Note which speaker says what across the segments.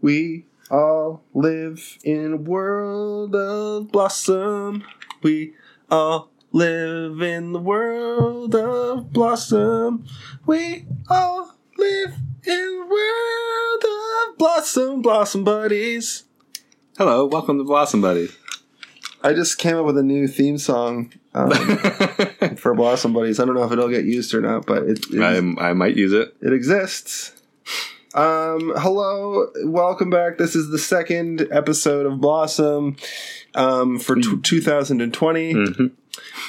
Speaker 1: We all live in a world of blossom. We all live in the world of blossom. We all live in the world of blossom, blossom buddies.
Speaker 2: Hello, welcome to Blossom Buddies.
Speaker 1: I just came up with a new theme song um, for Blossom Buddies. I don't know if it'll get used or not, but it, it,
Speaker 2: I, I might use it.
Speaker 1: it exists. Um, hello, welcome back. This is the second episode of Blossom um, for t- 2020.
Speaker 2: Mhm.
Speaker 1: Um,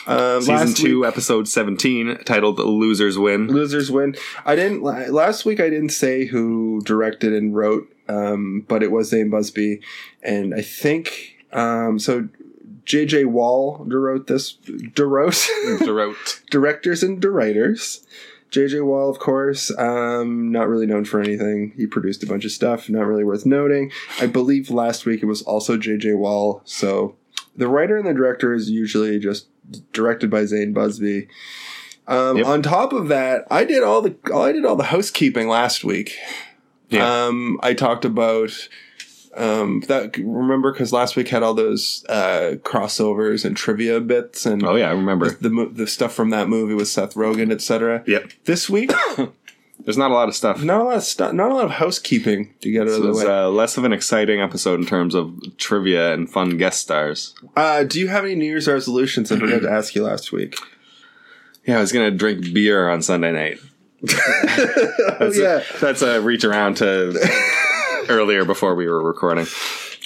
Speaker 2: Hmm. Season
Speaker 1: last
Speaker 2: two,
Speaker 1: week,
Speaker 2: episode seventeen, titled "Losers Win."
Speaker 1: losers win. I didn't la- last week. I didn't say who directed and wrote, um, but it was Zane Busby, and I think um, so. J.J. Wall wrote this. Wrote
Speaker 2: Throat.
Speaker 1: directors and writers. JJ Wall, of course, um, not really known for anything. He produced a bunch of stuff, not really worth noting. I believe last week it was also JJ Wall. So the writer and the director is usually just directed by Zane Busby. Um,
Speaker 2: Yep.
Speaker 1: On top of that, I did all the I did all the housekeeping last week.
Speaker 2: Yeah.
Speaker 1: Um, I talked about um, that. Remember, because last week had all those uh, crossovers and trivia bits and
Speaker 2: Oh yeah, I remember.
Speaker 1: the, mo- the stuff from that movie with Seth Rogen, etc.
Speaker 2: Yep.
Speaker 1: This week,
Speaker 2: There's not a lot of stuff.
Speaker 1: not a lot of stuff, not a lot of housekeeping to get out
Speaker 2: This
Speaker 1: of the
Speaker 2: was
Speaker 1: way.
Speaker 2: uh, less of an exciting episode in terms of trivia and fun guest stars.
Speaker 1: Uh, do you have any New Year's resolutions? I forgot to ask you last week.
Speaker 2: Yeah, I was gonna drink beer on Sunday night.
Speaker 1: oh,
Speaker 2: That's
Speaker 1: yeah,
Speaker 2: a, that's a reach around to earlier before we were recording.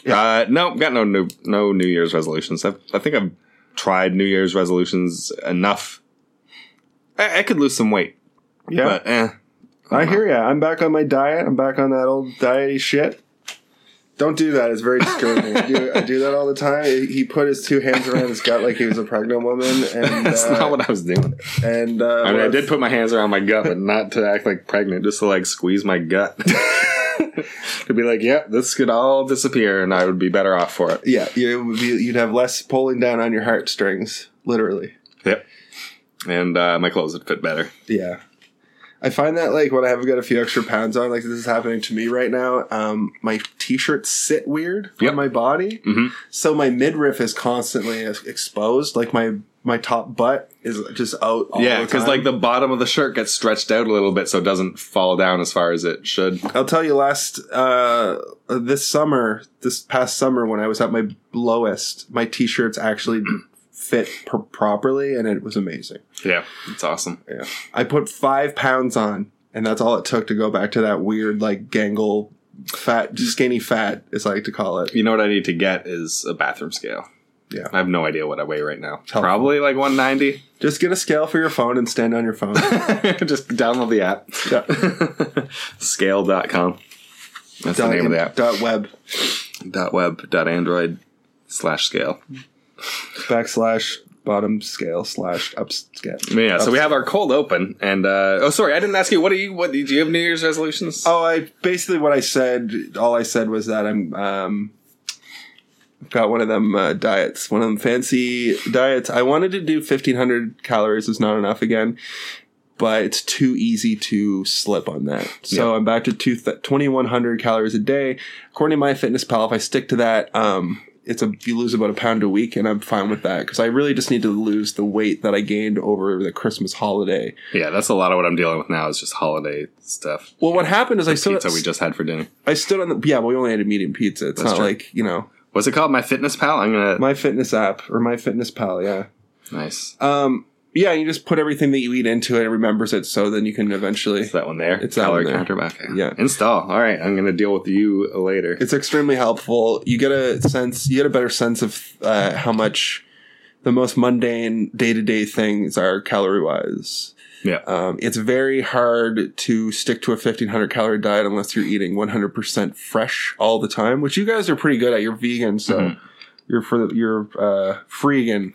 Speaker 2: Uh, no, got no new no New Year's resolutions. I've, I think I've tried New Year's resolutions enough. I, I could lose some weight,
Speaker 1: yeah.
Speaker 2: but eh.
Speaker 1: I hear ya. I'm back on my diet. I'm back on that old diety shit. Don't do that. It's very discouraging. I, do, I do that all the time. He put his two hands around his gut like he was a pregnant woman, and
Speaker 2: That's
Speaker 1: uh,
Speaker 2: not what I was doing.
Speaker 1: and uh,
Speaker 2: I mean, I
Speaker 1: well,
Speaker 2: did put my hands around my gut, but not to act like pregnant, just to like squeeze my gut. to be like, yep, this could all disappear, and I would be better off for it.
Speaker 1: Yeah, you would be- you'd have less pulling down on your heartstrings, literally.
Speaker 2: Yep. And uh, my clothes would fit better.
Speaker 1: Yeah. I find that like when I have got a few extra pounds on, like this is happening to me right now. Um, my t-shirts sit weird
Speaker 2: Yep.
Speaker 1: on my body,
Speaker 2: Mhm.
Speaker 1: so my midriff is constantly ex- exposed. Like my my top butt is just out. All
Speaker 2: yeah,
Speaker 1: because
Speaker 2: because like the bottom of the shirt gets stretched out a little bit, so it doesn't fall down as far as it should.
Speaker 1: I'll tell you, last uh, this summer, this past summer when I was at my lowest, my t-shirts actually fit pr- properly, and it was amazing.
Speaker 2: Yeah, it's awesome.
Speaker 1: Yeah. I put five pounds on, and that's all it took to go back to that weird, like, gangle fat, skinny fat, as I like to call it.
Speaker 2: You know what I need to get is a bathroom scale.
Speaker 1: Yeah.
Speaker 2: I have no idea what I weigh right now.
Speaker 1: Helpful.
Speaker 2: Probably like 190.
Speaker 1: Just get a scale for your phone and stand on your phone.
Speaker 2: Just download the app.
Speaker 1: Yeah.
Speaker 2: Scale.com. That's the name of the app.
Speaker 1: Dot web
Speaker 2: Dot web. Dot android. Slash scale.
Speaker 1: backslash bottom scale slash up scale.
Speaker 2: Yeah. So we have our cold open, and uh, oh, sorry, I didn't ask you. What do you? What do you have? New Year's resolutions?
Speaker 1: Oh, I basically what I said. All I said was that I'm um, I've got one of them uh, diets, one of them fancy diets. I wanted to do fifteen hundred calories is not enough again, but it's too easy to slip on that. So I'm back to two twenty one hundred calories a day. According to my Fitness Pal, if I stick to that, um, it's a you lose about a pound a week, and I'm fine with that because I really just need to lose the weight that I gained over the Christmas holiday.
Speaker 2: Yeah, that's a lot of what I'm dealing with now. Is just holiday stuff.
Speaker 1: Well, what happened is I still
Speaker 2: Pizza we just had for dinner.
Speaker 1: I stood on the yeah, but we only had a medium pizza. It's
Speaker 2: That's
Speaker 1: not
Speaker 2: true.
Speaker 1: like you know
Speaker 2: What's it called? My Fitness Pal. I'm gonna
Speaker 1: my fitness app or my fitness pal. Yeah,
Speaker 2: nice.
Speaker 1: um, yeah. You just put everything that you eat into it. It remembers it, so then you can eventually.
Speaker 2: It's that one there.
Speaker 1: It's that
Speaker 2: calorie
Speaker 1: one there.
Speaker 2: counter. Okay.
Speaker 1: Yeah.
Speaker 2: Install. All right. I'm gonna deal with you later.
Speaker 1: It's extremely helpful. You get a sense. You get a better sense of uh, how much the most mundane day to day things are calorie wise.
Speaker 2: Yeah.
Speaker 1: Um, it's very hard to stick to a 1500 calorie diet unless you're eating 100% fresh all the time, which you guys are pretty good at. You're vegan, so
Speaker 2: Mhm.
Speaker 1: you're for the, you're uh, freegan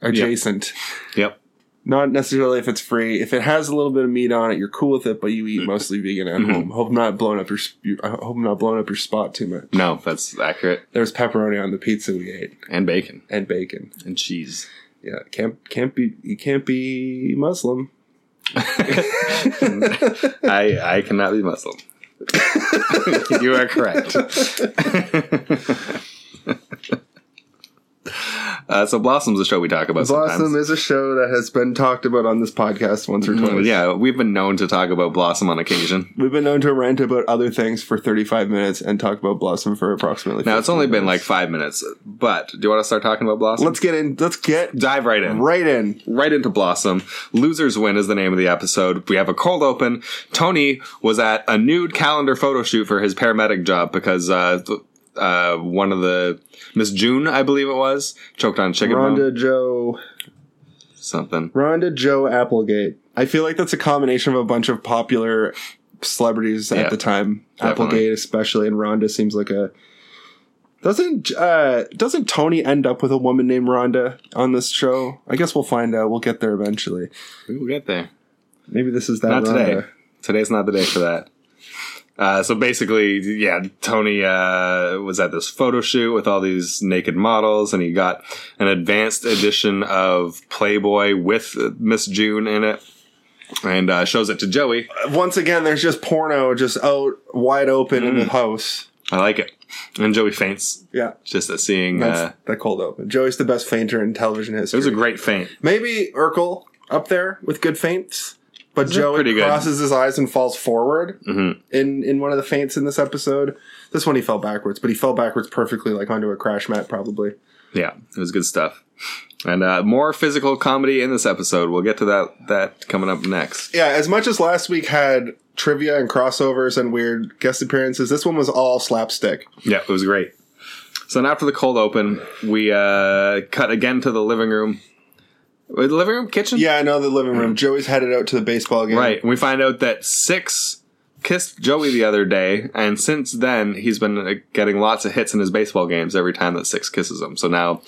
Speaker 1: adjacent.
Speaker 2: Yep.
Speaker 1: Not necessarily if it's free. If it has a little bit of meat on it, you're cool with it, but you eat mostly vegan at
Speaker 2: Mhm.
Speaker 1: home. Hope not blowing up your sp- you- I hope not blowing up your spot too much.
Speaker 2: No, that's accurate.
Speaker 1: There was pepperoni on the pizza we ate
Speaker 2: And bacon
Speaker 1: and bacon.
Speaker 2: and cheese.
Speaker 1: Yeah, can't can't be you can't be Muslim.
Speaker 2: I I cannot be Muslim. you are correct. uh, so Blossom's a show we talk about
Speaker 1: Blossom
Speaker 2: sometimes. Mm,
Speaker 1: is a show that has been talked about on this podcast once or twice.
Speaker 2: yeah, we've been known to talk about Blossom on occasion.
Speaker 1: We've been known to rant about other things for 35 minutes and talk about Blossom for approximately.
Speaker 2: Now it's only
Speaker 1: 15
Speaker 2: been like
Speaker 1: minutes.
Speaker 2: five minutes, but do you want to start talking about Blossom?
Speaker 1: Let's get in. Let's get
Speaker 2: dive right in.
Speaker 1: right in.
Speaker 2: right into Blossom. Losers Win is the name of the episode. We have a cold open. Tony was at a nude calendar photo shoot for his paramedic job because uh, th- uh, one of the Miss June, I believe it was, choked on chicken bone,
Speaker 1: Rhonda Joe.
Speaker 2: something.
Speaker 1: Rhonda Joe Applegate. I feel like that's a combination of a bunch of popular celebrities
Speaker 2: Yeah,
Speaker 1: at the time.
Speaker 2: definitely.
Speaker 1: Applegate especially and Rhonda seems like a doesn't uh doesn't Tony end up with a woman named Rhonda on this show? I guess we'll find out. We'll get there eventually.
Speaker 2: We'll get there.
Speaker 1: Maybe this is that
Speaker 2: Not
Speaker 1: Rhonda.
Speaker 2: today. Today's not the day for that. Uh, so basically, yeah, Tony uh, was at this photo shoot with all these naked models, and he got an advanced edition of Playboy with uh, Miss June in it, and uh, shows it to Joey.
Speaker 1: Uh, Once again, there's just porno just out wide open in the
Speaker 2: Mm.
Speaker 1: house.
Speaker 2: I like it, and Joey faints
Speaker 1: Yeah.
Speaker 2: just at seeing.
Speaker 1: That's
Speaker 2: Uh,
Speaker 1: that cold open. Joey's the best fainter in television
Speaker 2: it
Speaker 1: history.
Speaker 2: was a great faint.
Speaker 1: Maybe Urkel up there with good feints, but
Speaker 2: Those are pretty
Speaker 1: Joey
Speaker 2: good.
Speaker 1: crosses his eyes and falls forward
Speaker 2: Mhm.
Speaker 1: in in one of the feints in this episode. This one he fell backwards, but he fell backwards perfectly, like onto a crash mat, probably.
Speaker 2: Yeah, it was good stuff, and uh, more physical comedy in this episode. We'll get to that that coming up next.
Speaker 1: Yeah, as much as last week had trivia and crossovers and weird guest appearances, this one was all slapstick.
Speaker 2: Yeah, it was great. So now after the cold open, we uh, cut again to the living room, Uh, the living room kitchen.
Speaker 1: Yeah, I know the living room. Joey's headed out to the baseball game.
Speaker 2: Mm-hmm. right. And we find out that six kissed Joey the other day, and since then he's been uh, getting lots of hits in his baseball games every time that six kisses him. So now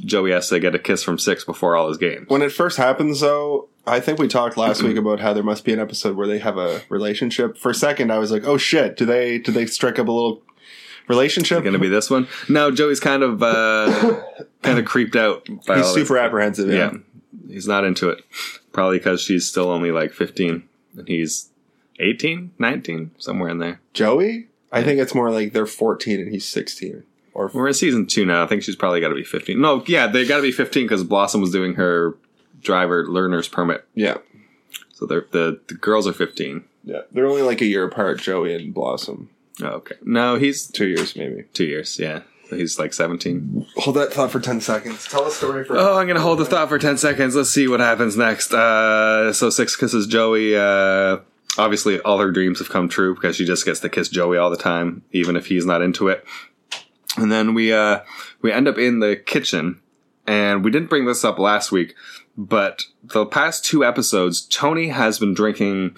Speaker 2: Joey has to get a kiss from six before all his games.
Speaker 1: When it first happens, though, I think we talked last week about how there must be an episode where they have a relationship. For a second, I was like, "Oh shit, do they do they strike up a little relationship?"
Speaker 2: Going to be this one? No, Joey's kind of uh, kind of creeped out. By
Speaker 1: He's
Speaker 2: all this.
Speaker 1: super apprehensive.
Speaker 2: yeah.
Speaker 1: Yeah.
Speaker 2: he's not into it. Probably because she's still only like 15 and he's 18, 19, somewhere in there.
Speaker 1: Joey? I think it's more like they're 14 and he's 16. Or
Speaker 2: We're in season two now. I think she's probably got to be 15. No, yeah, they got to be 15 because Blossom was doing her driver learner's permit.
Speaker 1: yeah,
Speaker 2: So they're, the, the girls are 15.
Speaker 1: yeah. They're only like a year apart, Joey and Blossom.
Speaker 2: Oh, okay. No, he's
Speaker 1: Two years maybe.
Speaker 2: two years. Yeah. So he's like 17.
Speaker 1: Hold that thought for 10 seconds. Tell a story for
Speaker 2: Oh, I'm going to hold the thought for 10 seconds. Let's see what happens next. Uh, so Six kisses Joey. Uh, obviously, all her dreams have come true because she just gets to kiss Joey all the time, even if he's not into it. And then we uh, we end up in the kitchen, and we didn't bring this up last week, but the past two episodes, Tony has been drinking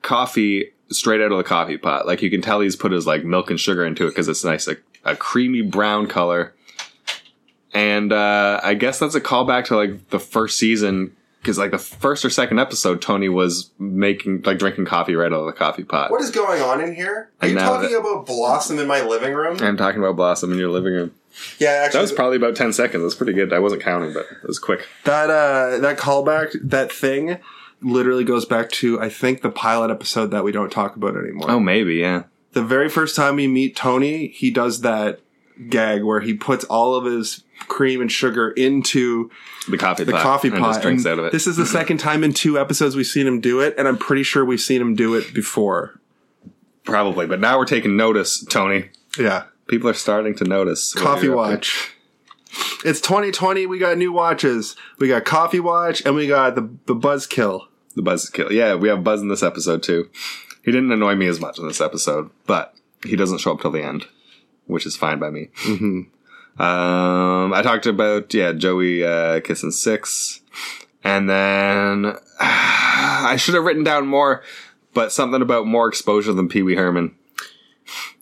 Speaker 2: coffee straight out of the coffee pot. Like you can tell he's put his like milk and sugar into it because it's nice, like a creamy brown color. And uh, I guess that's a callback to like the first season because like the first or second episode, Tony was making like drinking coffee right out of the coffee pot.
Speaker 1: is going on in here?
Speaker 2: Are you And now talking that-
Speaker 1: about Blossom in my living room?
Speaker 2: I'm talking about Blossom in your living room.
Speaker 1: Yeah,
Speaker 2: That
Speaker 1: actually,
Speaker 2: was probably about 10 seconds. That's pretty good. I wasn't counting, but it was quick.
Speaker 1: that uh that callback that thing literally goes back to i think the pilot episode that we don't talk about anymore
Speaker 2: Oh, maybe, yeah.
Speaker 1: the very first time we meet tony he does that gag where he puts all of his cream and sugar into
Speaker 2: The coffee
Speaker 1: the
Speaker 2: pot.
Speaker 1: coffee pot
Speaker 2: And just drinks
Speaker 1: and
Speaker 2: out of it. Mm-hmm.
Speaker 1: this is the second time in two episodes we've seen him do it and i'm pretty sure we've seen him do it before
Speaker 2: probably, but now we're taking notice, Tony.
Speaker 1: yeah
Speaker 2: People are starting to notice. what
Speaker 1: coffee
Speaker 2: you're up to.
Speaker 1: watch it's 2020 we got new watches we got coffee watch and we got the, the buzzkill
Speaker 2: The buzz kill. Yeah, we have Buzz in this episode, too. He didn't annoy me as much in this episode, but he doesn't show up till the end, which is fine by me.
Speaker 1: Mm-hmm.
Speaker 2: Um, I talked about, yeah, Joey uh, kissing six. And then I should have written down more, but something about more exposure than Pee Wee Herman.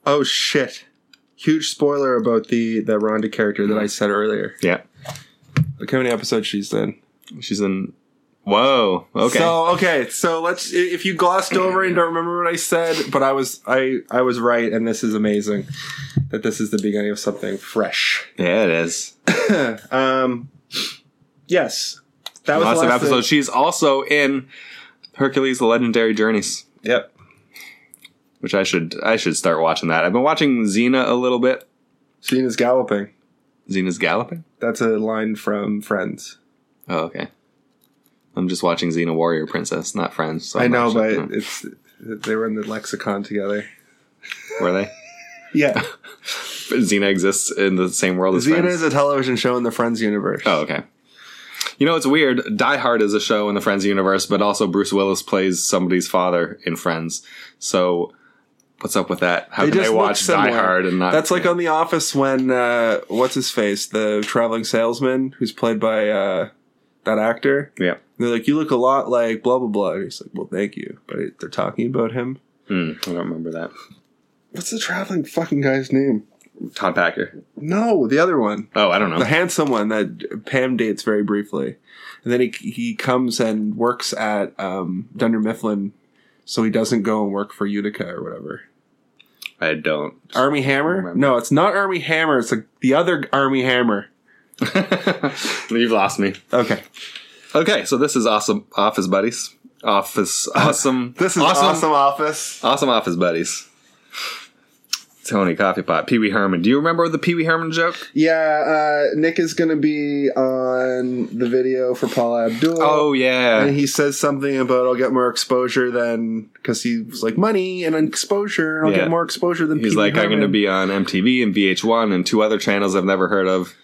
Speaker 1: Oh shit! Huge spoiler about the that Rhonda character that I said earlier.
Speaker 2: Yeah.
Speaker 1: Look how many episodes she's in.
Speaker 2: She's in. Whoa. Okay.
Speaker 1: So okay, so let's. i- If you glossed over and don't remember what I said, but I was I I was right, and this is amazing that this is the beginning of something fresh.
Speaker 2: yeah, it is.
Speaker 1: Um, yes, that was
Speaker 2: Lots
Speaker 1: the
Speaker 2: of
Speaker 1: last
Speaker 2: episodes. She's also in Hercules: The Legendary Journeys.
Speaker 1: Thing. Yep.
Speaker 2: which I should I should start watching that. I've been watching Xena a little bit.
Speaker 1: Cena's galloping.
Speaker 2: Xena's galloping.
Speaker 1: That's a line from Friends.
Speaker 2: Oh, okay. I'm just watching Xena Warrior Princess, not Friends. So
Speaker 1: I
Speaker 2: I'm
Speaker 1: know,
Speaker 2: actually-
Speaker 1: but it's they were in the lexicon together.
Speaker 2: hmm, were they?
Speaker 1: Yeah,
Speaker 2: Xena exists in the same world as
Speaker 1: Xena
Speaker 2: Friends.
Speaker 1: is a television show in the Friends universe.
Speaker 2: Oh, okay. You know, it's weird. Die Hard is a show in the Friends universe, but also Bruce Willis plays somebody's father in Friends. So, what's up with that? How
Speaker 1: They
Speaker 2: can
Speaker 1: just
Speaker 2: they
Speaker 1: look
Speaker 2: watch Die
Speaker 1: similar.
Speaker 2: Hard and not?
Speaker 1: That's like on The Office when uh, what's his face, the traveling salesman who's played by uh, that actor.
Speaker 2: yeah.
Speaker 1: And they're like, "You look a lot like blah blah blah." And he's like, "Well, thank you," but it- they're talking about him.
Speaker 2: Hmm, I don't remember that.
Speaker 1: What's the traveling fucking guy's name?
Speaker 2: Todd Packer.
Speaker 1: No, the other one,
Speaker 2: Oh, I don't
Speaker 1: the
Speaker 2: know.
Speaker 1: handsome one that Pam dates very briefly, and then he he comes and works at um, Dunder Mifflin, so he doesn't go and work for Utica or whatever.
Speaker 2: I don't.
Speaker 1: Army Hammer?
Speaker 2: Remember.
Speaker 1: No, it's not Army Hammer. It's like the other Army Hammer.
Speaker 2: You've lost me.
Speaker 1: Okay,
Speaker 2: Okay, so this is awesome. Office buddies. Office. Awesome.
Speaker 1: this is awesome. office.
Speaker 2: Awesome office buddies. Tony Coffeepot, Pee Wee Herman. Do you remember the Pee Wee Herman joke?
Speaker 1: Yeah, uh, Nick is gonna be on the video for Paul Abdul.
Speaker 2: Oh yeah,
Speaker 1: And he says something about I'll get more exposure than because he was like money and exposure and I'll
Speaker 2: Yeah.
Speaker 1: get more exposure than
Speaker 2: He's
Speaker 1: Pee Wee
Speaker 2: like, I'm going to
Speaker 1: Herman."
Speaker 2: be on MTV and VH1 and two other channels I've never heard of.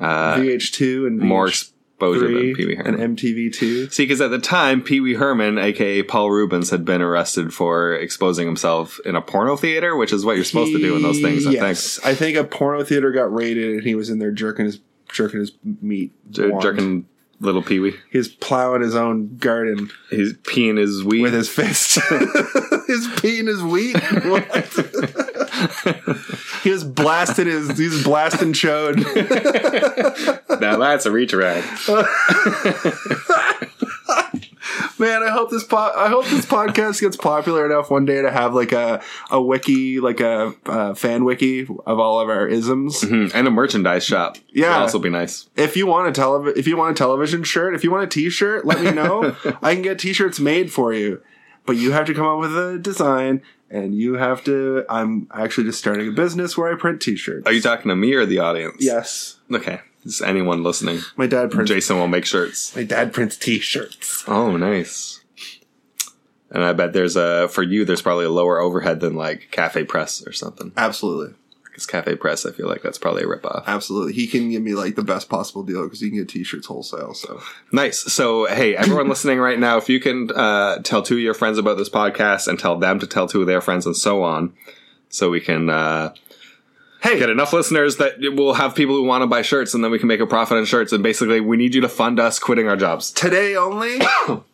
Speaker 2: Uh,
Speaker 1: VH2 and
Speaker 2: more exposure than Pee
Speaker 1: VH3
Speaker 2: Wee Herman.
Speaker 1: and MTV2.
Speaker 2: See, because at the time, Pee Wee Herman, aka Paul Rubens, had been arrested for exposing himself in a porno theater, which is what you're supposed to do in those things. I
Speaker 1: Yes. I think a porno theater got raided and he was in there jerking his jerking his meat,
Speaker 2: think Jer-
Speaker 1: wand.
Speaker 2: jerking little Pee Wee.
Speaker 1: He's plowing his own garden
Speaker 2: He's peeing his weed.
Speaker 1: with his fist. He's peeing his wheat. What? he was blasting his. He's blasting chode.
Speaker 2: now that's a reach around.
Speaker 1: Man, I hope this po- I hope this podcast gets popular enough one day to have like a a wiki, like a uh, fan wiki of all of our isms.
Speaker 2: Hmm, And a merchandise shop.
Speaker 1: Yeah.
Speaker 2: That'd also be nice.
Speaker 1: If you want a tele- if you want a television shirt, if you want a T-shirt, let me know. I can get T-shirts made for you, but you have to come up with a design, and you have to. I'm actually just starting a business where I print T-shirts.
Speaker 2: Are you talking to me or the audience?
Speaker 1: yes,
Speaker 2: Okay. Just anyone listening.
Speaker 1: my dad prints.
Speaker 2: Jason will make shirts.
Speaker 1: my dad prints T-shirts.
Speaker 2: Oh, nice. And I bet there's a for you. There's probably a lower overhead than like Cafe Press or something.
Speaker 1: Absolutely,
Speaker 2: Because Cafe Press, I feel like that's probably a ripoff.
Speaker 1: absolutely. He can give me like the best possible deal because he can get T-shirts wholesale. So.
Speaker 2: Nice. So hey, everyone listening right now, if you can uh, tell two of your friends about this podcast and tell them to tell two of their friends and so on, so we can uh,
Speaker 1: Hey,
Speaker 2: get enough listeners that we'll have people who want to buy shirts, and then we can make a profit on shirts. And basically, we need you to fund us quitting our jobs.
Speaker 1: today only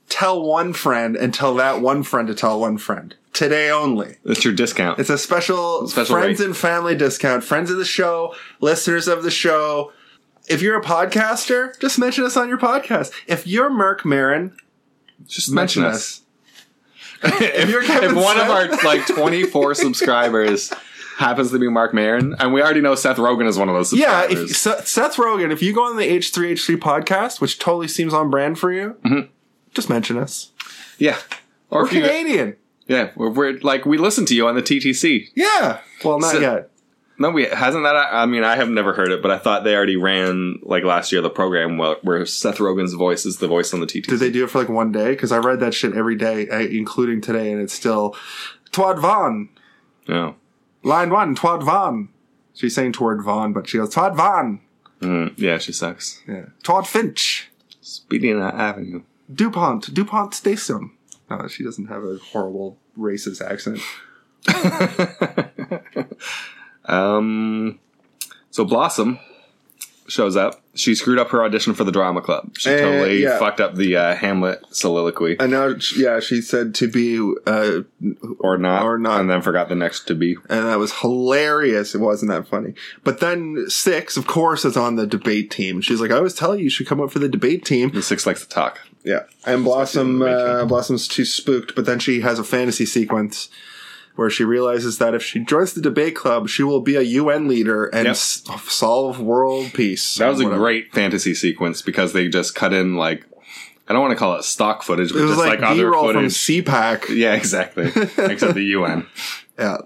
Speaker 1: tell one friend and tell that one friend to tell one friend today only
Speaker 2: That's your discount.
Speaker 1: it's a special,
Speaker 2: Special
Speaker 1: friends
Speaker 2: rate.
Speaker 1: and family discount friends of the show listeners of the show if you're a podcaster just mention us on your podcast if you're merck marin
Speaker 2: Just
Speaker 1: mention
Speaker 2: mention us.
Speaker 1: us
Speaker 2: if,
Speaker 1: you're Kevin
Speaker 2: if one of our
Speaker 1: Smith-
Speaker 2: like 24 subscribers happens to be Mark Marin, and we already know Seth Rogen is one of those
Speaker 1: yeah
Speaker 2: subscribers.
Speaker 1: if, Seth Seth Rogen if you go on the h3h3 podcast which totally seems on brand for you just mention us
Speaker 2: yeah. Mm-hmm. Or
Speaker 1: we're
Speaker 2: if you,
Speaker 1: Canadian
Speaker 2: yeah, we're, we're like we listen to you on the TTC.
Speaker 1: yeah well not
Speaker 2: So-
Speaker 1: yet
Speaker 2: No, we hasn't that. I mean, I have never heard it, but I thought they already ran like last year the program where, where Seth Rogen's voice is the voice on the TTC.
Speaker 1: Did they do it for like one day? Because I read that shit every day, uh, including today, and it's still Twad Von.
Speaker 2: No,
Speaker 1: Line one, Twad Von. She's saying toward Von, but she goes, Twad Von.
Speaker 2: Mm, yeah, she sucks.
Speaker 1: Yeah. Twad Finch.
Speaker 2: Speedy and Avenue.
Speaker 1: DuPont. DuPont Station. No, she doesn't have a horrible racist accent.
Speaker 2: Um, so Blossom shows up. She screwed up her audition for the drama club. She
Speaker 1: Uh,
Speaker 2: totally
Speaker 1: yeah. Uh,
Speaker 2: fucked up the uh, Hamlet soliloquy,
Speaker 1: And now, yeah, she said to be, uh,
Speaker 2: or not,
Speaker 1: or not.
Speaker 2: and then forgot the next to be.
Speaker 1: and that was hilarious. It wasn't that funny. But then Six, of course, is on the debate team. She's like, I always tell you, you should come up for the debate team.
Speaker 2: The six likes to talk.
Speaker 1: Yeah, and Blossom
Speaker 2: Especially in the
Speaker 1: uh, Blossom's too spooked, but then she has a fantasy sequence where she realizes that if she joins the debate club, she will be a UN leader and
Speaker 2: Yep.
Speaker 1: s- solve world peace.
Speaker 2: That was a
Speaker 1: Whatever.
Speaker 2: great fantasy sequence because they just cut in like I don't want to call it stock footage, but
Speaker 1: It was
Speaker 2: just
Speaker 1: like,
Speaker 2: like,
Speaker 1: B
Speaker 2: other
Speaker 1: roll from
Speaker 2: footage.
Speaker 1: CPAC.
Speaker 2: yeah, exactly. Except the UN,
Speaker 1: Yeah.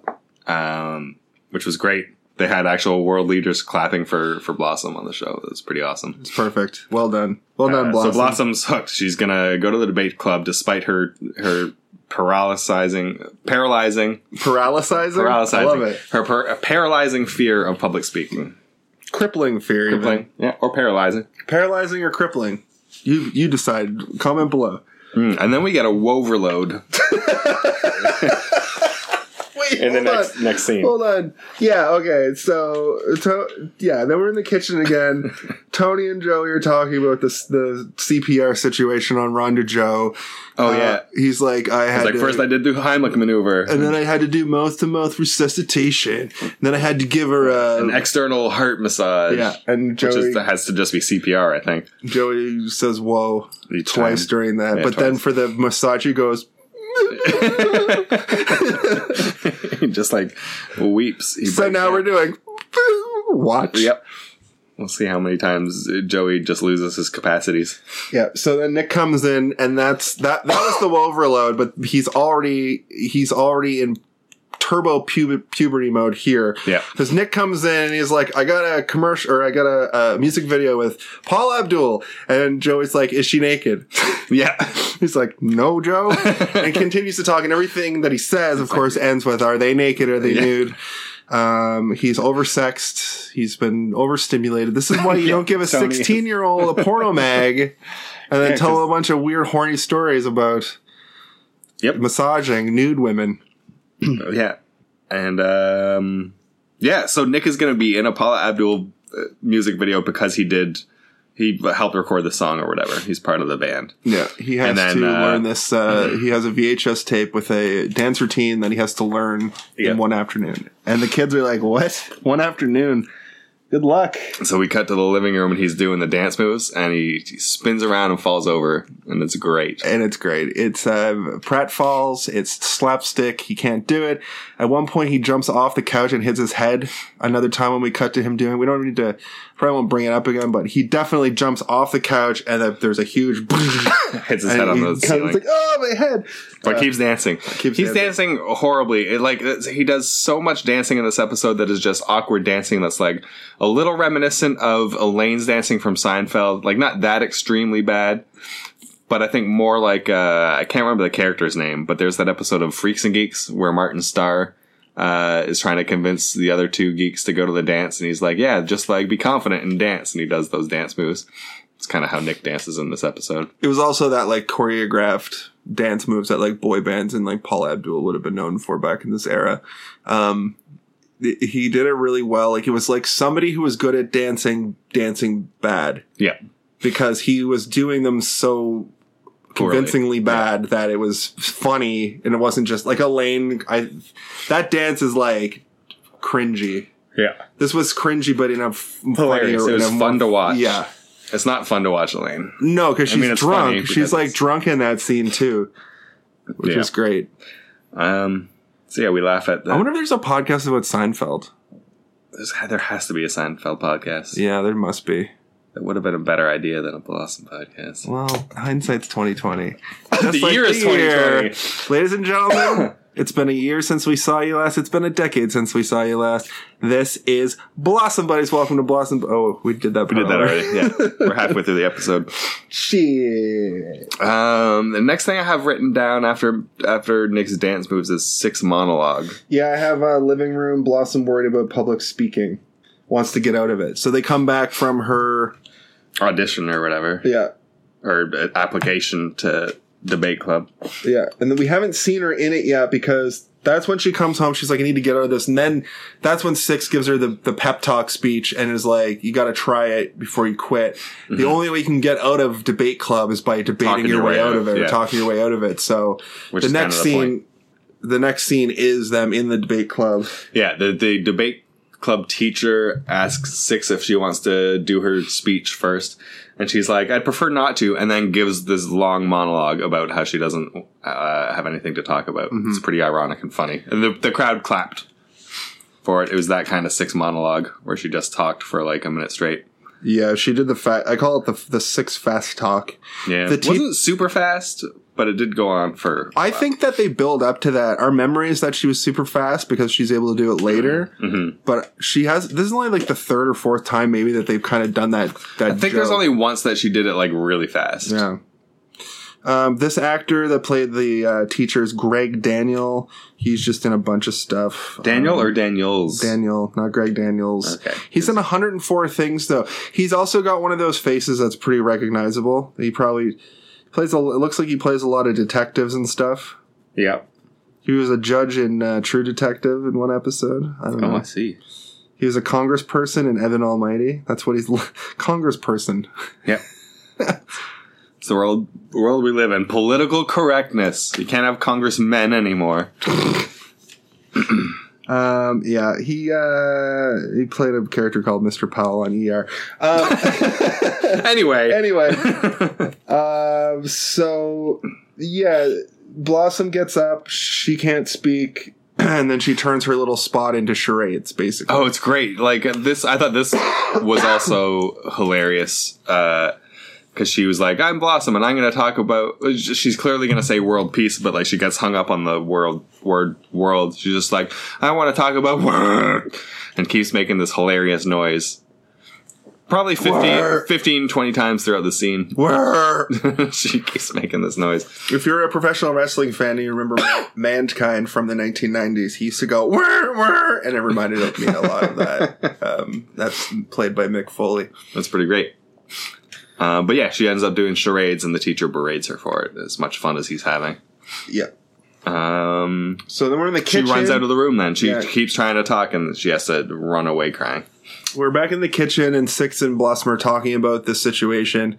Speaker 2: um, which was great. They had actual world leaders clapping for for Blossom on the show. It was pretty awesome.
Speaker 1: It's perfect. Well done. Well done,
Speaker 2: Uh,
Speaker 1: Blossom.
Speaker 2: So Blossom's hooked. She's gonna go to the debate club despite her her paralyzing paralyzing
Speaker 1: Paralysizing?
Speaker 2: paralyzing
Speaker 1: I love it.
Speaker 2: her par- paralyzing fear of public speaking.
Speaker 1: Crippling fear. even.
Speaker 2: Crippling, yeah, or paralyzing.
Speaker 1: Paralyzing or crippling? You you decide. Comment below.
Speaker 2: Mm, And then we get a woverload
Speaker 1: Wait,
Speaker 2: in the
Speaker 1: hold
Speaker 2: next
Speaker 1: on.
Speaker 2: next scene.
Speaker 1: Hold on. Yeah, okay. So, to- yeah, then we're in the kitchen again. Tony and Joey are talking about this the CPR situation on Ronda Joe.
Speaker 2: oh
Speaker 1: Uh,
Speaker 2: yeah,
Speaker 1: he's like, I had
Speaker 2: it's like
Speaker 1: to,
Speaker 2: first I did the Heimlich maneuver,
Speaker 1: and then I had to do mouth to mouth resuscitation. And then I had to give her a
Speaker 2: an external heart massage.
Speaker 1: yeah. And
Speaker 2: Which
Speaker 1: Joey
Speaker 2: is, that has to just be CPR, I think.
Speaker 1: Joey says whoa
Speaker 2: Each
Speaker 1: twice
Speaker 2: time.
Speaker 1: during that,
Speaker 2: Yeah,
Speaker 1: but then
Speaker 2: twice.
Speaker 1: for the massage he goes.
Speaker 2: he just like weeps. He
Speaker 1: So
Speaker 2: breaks
Speaker 1: now
Speaker 2: down.
Speaker 1: we're doing watch.
Speaker 2: Yep. We'll see how many times Joey just loses his capacities.
Speaker 1: Yeah. So then Nick comes in, and that's that. That was the overload, but he's already he's already in turbo puber- puberty mode here.
Speaker 2: Yeah.
Speaker 1: Because Nick comes in and he's like, "I got a commercial, or I got a, a music video with Paul Abdul," and Joey's like, "Is she naked?"
Speaker 2: Yeah.
Speaker 1: he's like, "No, Joe," and continues to talk, and everything that he says, of course, ends with, "Are they naked? Are they
Speaker 2: Yeah.
Speaker 1: nude?" Um, he's oversexed. He's been overstimulated. This is why you
Speaker 2: Yeah,
Speaker 1: don't give a
Speaker 2: Tony is.
Speaker 1: sixteen-year-old a porno mag, and then
Speaker 2: Yeah,
Speaker 1: tell
Speaker 2: 'cause-
Speaker 1: a bunch of weird, horny stories about
Speaker 2: Yep.
Speaker 1: massaging nude women.
Speaker 2: yeah. And um yeah, so Nick is going to be in a Paula Abdul uh, music video because he did he helped record the song or whatever. He's part of the band.
Speaker 1: Yeah, he has
Speaker 2: And then,
Speaker 1: to
Speaker 2: uh,
Speaker 1: learn this. Uh, he has a VHS tape with a dance routine that he has to learn
Speaker 2: Yeah.
Speaker 1: in one afternoon, and the kids are like, "What? One afternoon? Good luck."
Speaker 2: So we cut to the living room and he's doing the dance moves and he, he spins around and falls over and it's great.
Speaker 1: and it's great. It's uh, Pratt falls. It's slapstick. He can't do it. At one point, he jumps off the couch and hits his head. Another time when we cut to him doing, we don't need to. Probably won't bring it up again, but he definitely jumps off the couch, and uh, there's a huge.
Speaker 2: Hits his
Speaker 1: and
Speaker 2: head on
Speaker 1: he
Speaker 2: the
Speaker 1: comes,
Speaker 2: ceiling.
Speaker 1: like, oh my head!
Speaker 2: But Uh, keeps dancing.
Speaker 1: keeps
Speaker 2: He's dancing. horribly. It, like it's- he does so much dancing in this episode that is just awkward dancing. That's like a little reminiscent of Elaine's dancing from Seinfeld. Like not that extremely bad, but I think more like uh, I can't remember the character's name. But there's that episode of Freaks and Geeks where Martin Starr uh, is trying to convince the other two geeks to go to the dance, and he's like, "Yeah, just like be confident and dance," and he does those dance moves. It's kind of how Nick dances in this episode.
Speaker 1: It was also that like choreographed dance moves that like boy bands and like Paul Abdul would have been known for back in this era. Um, th- he did it really well. Like it was like somebody who was good at dancing, dancing bad.
Speaker 2: Yeah.
Speaker 1: because he was doing them so
Speaker 2: Poorly.
Speaker 1: convincingly bad that it was funny and it wasn't just like Elaine. I that dance is like cringy.
Speaker 2: Yeah.
Speaker 1: This was cringy, but in a f-
Speaker 2: Hilarious.
Speaker 1: funnier-
Speaker 2: It was
Speaker 1: in a
Speaker 2: fun to watch.
Speaker 1: Yeah,
Speaker 2: It's not fun to watch Elaine.
Speaker 1: no, because
Speaker 2: I
Speaker 1: she's
Speaker 2: mean, it's
Speaker 1: drunk.
Speaker 2: funny because
Speaker 1: she's like
Speaker 2: it's-
Speaker 1: drunk in that scene too, which
Speaker 2: Yeah.
Speaker 1: is great.
Speaker 2: Um, so yeah, we laugh at
Speaker 1: I
Speaker 2: that.
Speaker 1: wonder if there's a podcast about Seinfeld.
Speaker 2: There's- there has to be a Seinfeld podcast.
Speaker 1: Yeah, there must be.
Speaker 2: That would have been a better idea than a Blossom podcast.
Speaker 1: Well, hindsight's twenty twenty.
Speaker 2: the year is 2020.
Speaker 1: Ladies and gentlemen, it's been a year since we saw you last. It's been a decade since we saw you last. This is Blossom Buddies. Welcome to Blossom. Oh, we did that.
Speaker 2: We did that already. Yeah, we're halfway through the episode.
Speaker 1: Shit.
Speaker 2: Um, the next thing I have written down after after Nick's dance moves is six monologue.
Speaker 1: Yeah, I have a living room. Blossom worried about public speaking, wants to get out of it. So they come back from her.
Speaker 2: audition or whatever
Speaker 1: Yeah,
Speaker 2: or uh, application to debate club.
Speaker 1: Yeah, and then we haven't seen her in it yet because that's when she comes home. She's like, "I need to get out of this," and then that's when Six gives her the, the pep talk speech and is like, "You got to try it before you quit. The only way you can get out of debate club is by debating
Speaker 2: Talking
Speaker 1: your way out of it, or
Speaker 2: yeah.
Speaker 1: talking your way out of it." So
Speaker 2: Which
Speaker 1: the
Speaker 2: is kind
Speaker 1: next
Speaker 2: of the
Speaker 1: scene, the next scene is them in the debate club.
Speaker 2: Yeah, the the debate club teacher asks Six if she wants to do her speech first, and she's like, "I'd prefer not to," and then gives this long monologue about how she doesn't uh, have anything to talk about.
Speaker 1: Mm-hmm.
Speaker 2: It's pretty ironic and funny, and the the crowd clapped for it. It was that kind of Six monologue where she just talked for like a minute straight.
Speaker 1: Yeah, she did the fat. I call it the the six fast talk.
Speaker 2: Yeah,
Speaker 1: The
Speaker 2: it
Speaker 1: te-
Speaker 2: wasn't super fast, but it did go on for.
Speaker 1: I think that they build up to that. Our memory is that she was super fast because she's able to do it later.
Speaker 2: Mhm.
Speaker 1: But she has. This is only like the third or fourth time, maybe, that they've kind of done that. That
Speaker 2: I think there's
Speaker 1: joke.
Speaker 2: only once that she did it like really fast.
Speaker 1: Yeah. Um, this actor that played the uh, teacher is Greg Daniel. He's just in a bunch of stuff.
Speaker 2: Daniel
Speaker 1: Um,
Speaker 2: or Daniels?
Speaker 1: Daniel, not Greg Daniels.
Speaker 2: Okay.
Speaker 1: He's in 104 things though. He's also got one of those faces that's pretty recognizable. He probably plays a. It looks like he plays a lot of detectives and stuff.
Speaker 2: Yeah.
Speaker 1: He was a judge in uh, True Detective in one episode. I don't
Speaker 2: Oh,
Speaker 1: know.
Speaker 2: I see.
Speaker 1: He was a congressperson in Evan Almighty. That's what he's congressperson.
Speaker 2: Yep. it's the world world we live in. Political correctness. You can't have congressmen anymore.
Speaker 1: Um, yeah, he uh, he played a character called Mr. Powell on ER. Um,
Speaker 2: Anyway.
Speaker 1: anyway, um, so yeah, Blossom gets up. She can't speak, and then she turns her little spot into charades, basically.
Speaker 2: oh, it's great. Like this I thought this was also hilarious. Uh because she was like, "I'm Blossom, and I'm going to talk about." She's clearly going to say world peace, but like she gets hung up on the world word world. She's just like, "I want to talk about work," and keeps making this hilarious noise, probably 50,
Speaker 1: Work.
Speaker 2: 15, 20 times throughout the scene.
Speaker 1: Whirr.
Speaker 2: she keeps making this noise.
Speaker 1: If you're a professional wrestling fan and you remember Mankind from the 1990s, he used to go whirr, whirr, and it reminded of me a lot of that. Um, that's played by Mick Foley.
Speaker 2: That's pretty great. Uh, but yeah, she ends up doing charades, and the teacher berates her for it. As much fun as he's having,
Speaker 1: Yeah.
Speaker 2: um,
Speaker 1: So then we're in the
Speaker 2: she
Speaker 1: kitchen.
Speaker 2: runs out of the room. Then she
Speaker 1: Yeah.
Speaker 2: keeps trying to talk, and she has to run away crying.
Speaker 1: we're back in the kitchen and six and blossom are talking about this situation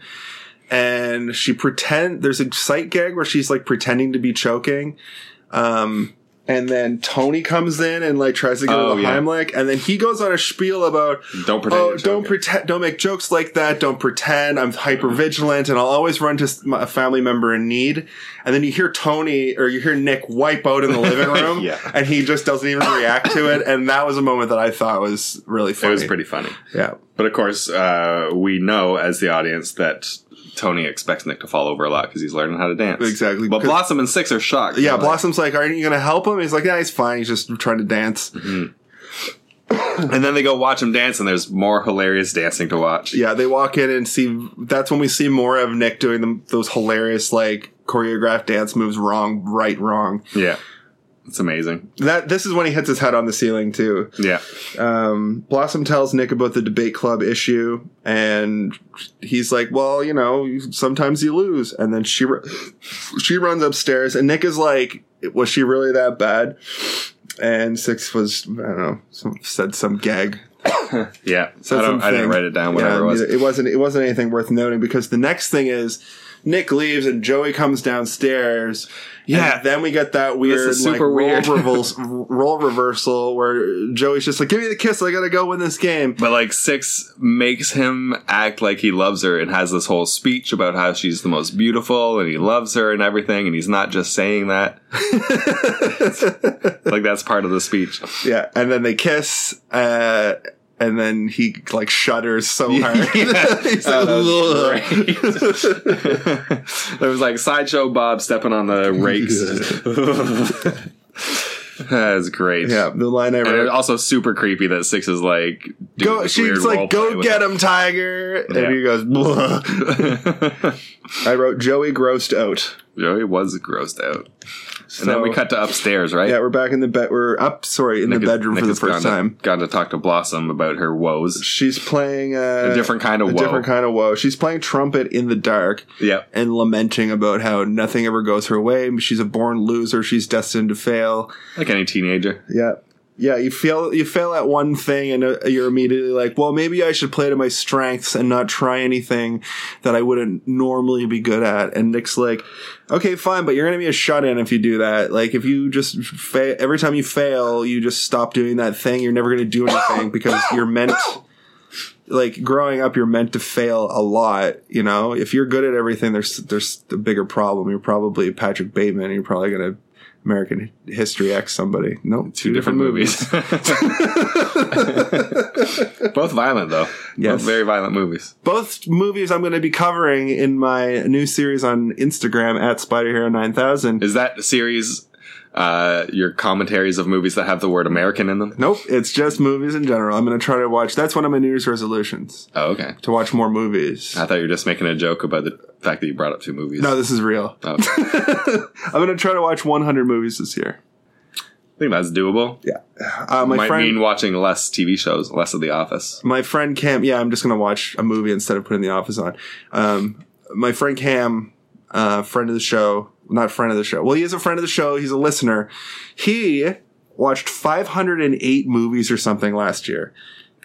Speaker 1: and she pretend there's a sight gag where she's like pretending to be choking um and then tony comes in and like tries to get
Speaker 2: Oh,
Speaker 1: her the
Speaker 2: yeah.
Speaker 1: heimlich and then he goes on a spiel about
Speaker 2: Don't pretend.
Speaker 1: oh
Speaker 2: you're
Speaker 1: don't
Speaker 2: joking.
Speaker 1: pretend don't make jokes like that don't pretend i'm hyper vigilant and i'll always run to s- my- a family member in need and then you hear tony or you hear nick wipe out in the living room
Speaker 2: Yeah.
Speaker 1: and he just doesn't even react to it and that was a moment that i thought was really
Speaker 2: It
Speaker 1: funny
Speaker 2: was pretty funny.
Speaker 1: yeah
Speaker 2: But of course, uh, we know as the audience that Tony expects Nick to fall over a lot because he's learning how to dance.
Speaker 1: Exactly,
Speaker 2: But
Speaker 1: 'cause-
Speaker 2: Blossom and Six are shocked.
Speaker 1: Yeah,
Speaker 2: They're like,
Speaker 1: Blossom's like, "Aren't you gonna help him?" He's like, "Yeah, he's fine. He's just trying to dance."
Speaker 2: Mm-hmm. And then they go watch him dance, and there's more hilarious dancing to watch.
Speaker 1: Yeah, they walk in and see. That's when we see more of Nick doing them, those hilarious, like choreographed dance moves, wrong, right, wrong.
Speaker 2: Yeah. It's amazing.
Speaker 1: That this is when he hits his head on the ceiling too.
Speaker 2: Yeah.
Speaker 1: Um, Blossom tells Nick about the debate club issue, and he's like, "Well, you know, sometimes you lose." And then she ru- she runs upstairs, and Nick is like, "Was she really that bad?" And Six was, I don't know, some, said some gag
Speaker 2: Yeah.
Speaker 1: So
Speaker 2: I, don't,
Speaker 1: some
Speaker 2: I didn't
Speaker 1: thing-
Speaker 2: write it down, whatever it was.
Speaker 1: neither- wasn't. It wasn't anything worth noting because the next thing is Nick leaves and Joey comes downstairs.
Speaker 2: Yeah.
Speaker 1: and then we get that weird,
Speaker 2: is super
Speaker 1: like,
Speaker 2: weird.
Speaker 1: Role, reversal, role reversal where Joey's just like, "Give me the kiss. I gotta go win this game."
Speaker 2: But like Six makes him act like he loves her and has this whole speech about how she's the most beautiful and he loves her and everything, and he's not just saying that. like that's part of the speech.
Speaker 1: Yeah, and then they kiss. Uh, and then he like shudders so hard. He's like,
Speaker 2: Oh,
Speaker 1: "Ugh."
Speaker 2: that was great. there was like sideshow Bob stepping on the rakes. that was great.
Speaker 1: yeah, the line I
Speaker 2: And it was
Speaker 1: wrote.
Speaker 2: also super creepy that Six is like, doing
Speaker 1: Go,
Speaker 2: this
Speaker 1: she's
Speaker 2: weird
Speaker 1: like,
Speaker 2: role play
Speaker 1: "Go
Speaker 2: with
Speaker 1: get him, Tiger,"
Speaker 2: Yeah.
Speaker 1: and he goes. "Bleh." I wrote Joey grossed out.
Speaker 2: Joey was grossed out.
Speaker 1: So,
Speaker 2: And then we cut to upstairs, right?
Speaker 1: Yeah, we're back in the bed. We're up. Sorry, in the
Speaker 2: Nick-
Speaker 1: bedroom
Speaker 2: Nick
Speaker 1: for the
Speaker 2: has
Speaker 1: first
Speaker 2: gone
Speaker 1: time.
Speaker 2: To, gone to talk to Blossom about her woes.
Speaker 1: She's playing uh,
Speaker 2: A different kind of
Speaker 1: a
Speaker 2: woe.
Speaker 1: different kind of woe. She's playing trumpet in the dark
Speaker 2: Yep.
Speaker 1: and lamenting about how nothing ever goes her way. She's a born loser. She's destined to fail.
Speaker 2: Like any teenager.
Speaker 1: Yeah. Yeah, you fail. You fail at one thing, and uh, you're immediately like, "Well, maybe I should play to my strengths and not try anything that I wouldn't normally be good at." And Nick's like, "Okay, fine, but you're going to be a shut-in if you do that. Like, if you just fa- every time you fail, you just stop doing that thing. You're never going to do anything because you're meant." Like growing up, you're meant to fail a lot. You know, if you're good at everything, there's there's a bigger problem. You're probably Patrick Bateman. You're probably gonna American History X somebody. Nope,
Speaker 2: Two different movies. Both violent though.
Speaker 1: Yes.
Speaker 2: Both very violent movies.
Speaker 1: Both movies I'm going to be covering in my new series on Instagram at Spider Hero 9000.
Speaker 2: Is that series uh, your commentaries of movies that have the word American in them?
Speaker 1: Nope, it's just movies in general. I'm going to try to watch. That's one of my New Year's resolutions
Speaker 2: Oh, okay.
Speaker 1: to watch more movies.
Speaker 2: I thought you were just making a joke about the fact that you brought up two movies.
Speaker 1: No, this is real.
Speaker 2: Oh, okay.
Speaker 1: I'm going to try to watch 100 movies this year.
Speaker 2: I think that's doable.
Speaker 1: Uh, my
Speaker 2: Might
Speaker 1: friend,
Speaker 2: mean watching less TV shows, less of The Office.
Speaker 1: my friend Cam. Yeah, I'm just going to watch a movie instead of putting The Office on. Um, my friend Cam, uh, friend of the show, not friend of the show. Well, he is a friend of the show. He's a listener. He watched 508 movies or something last year.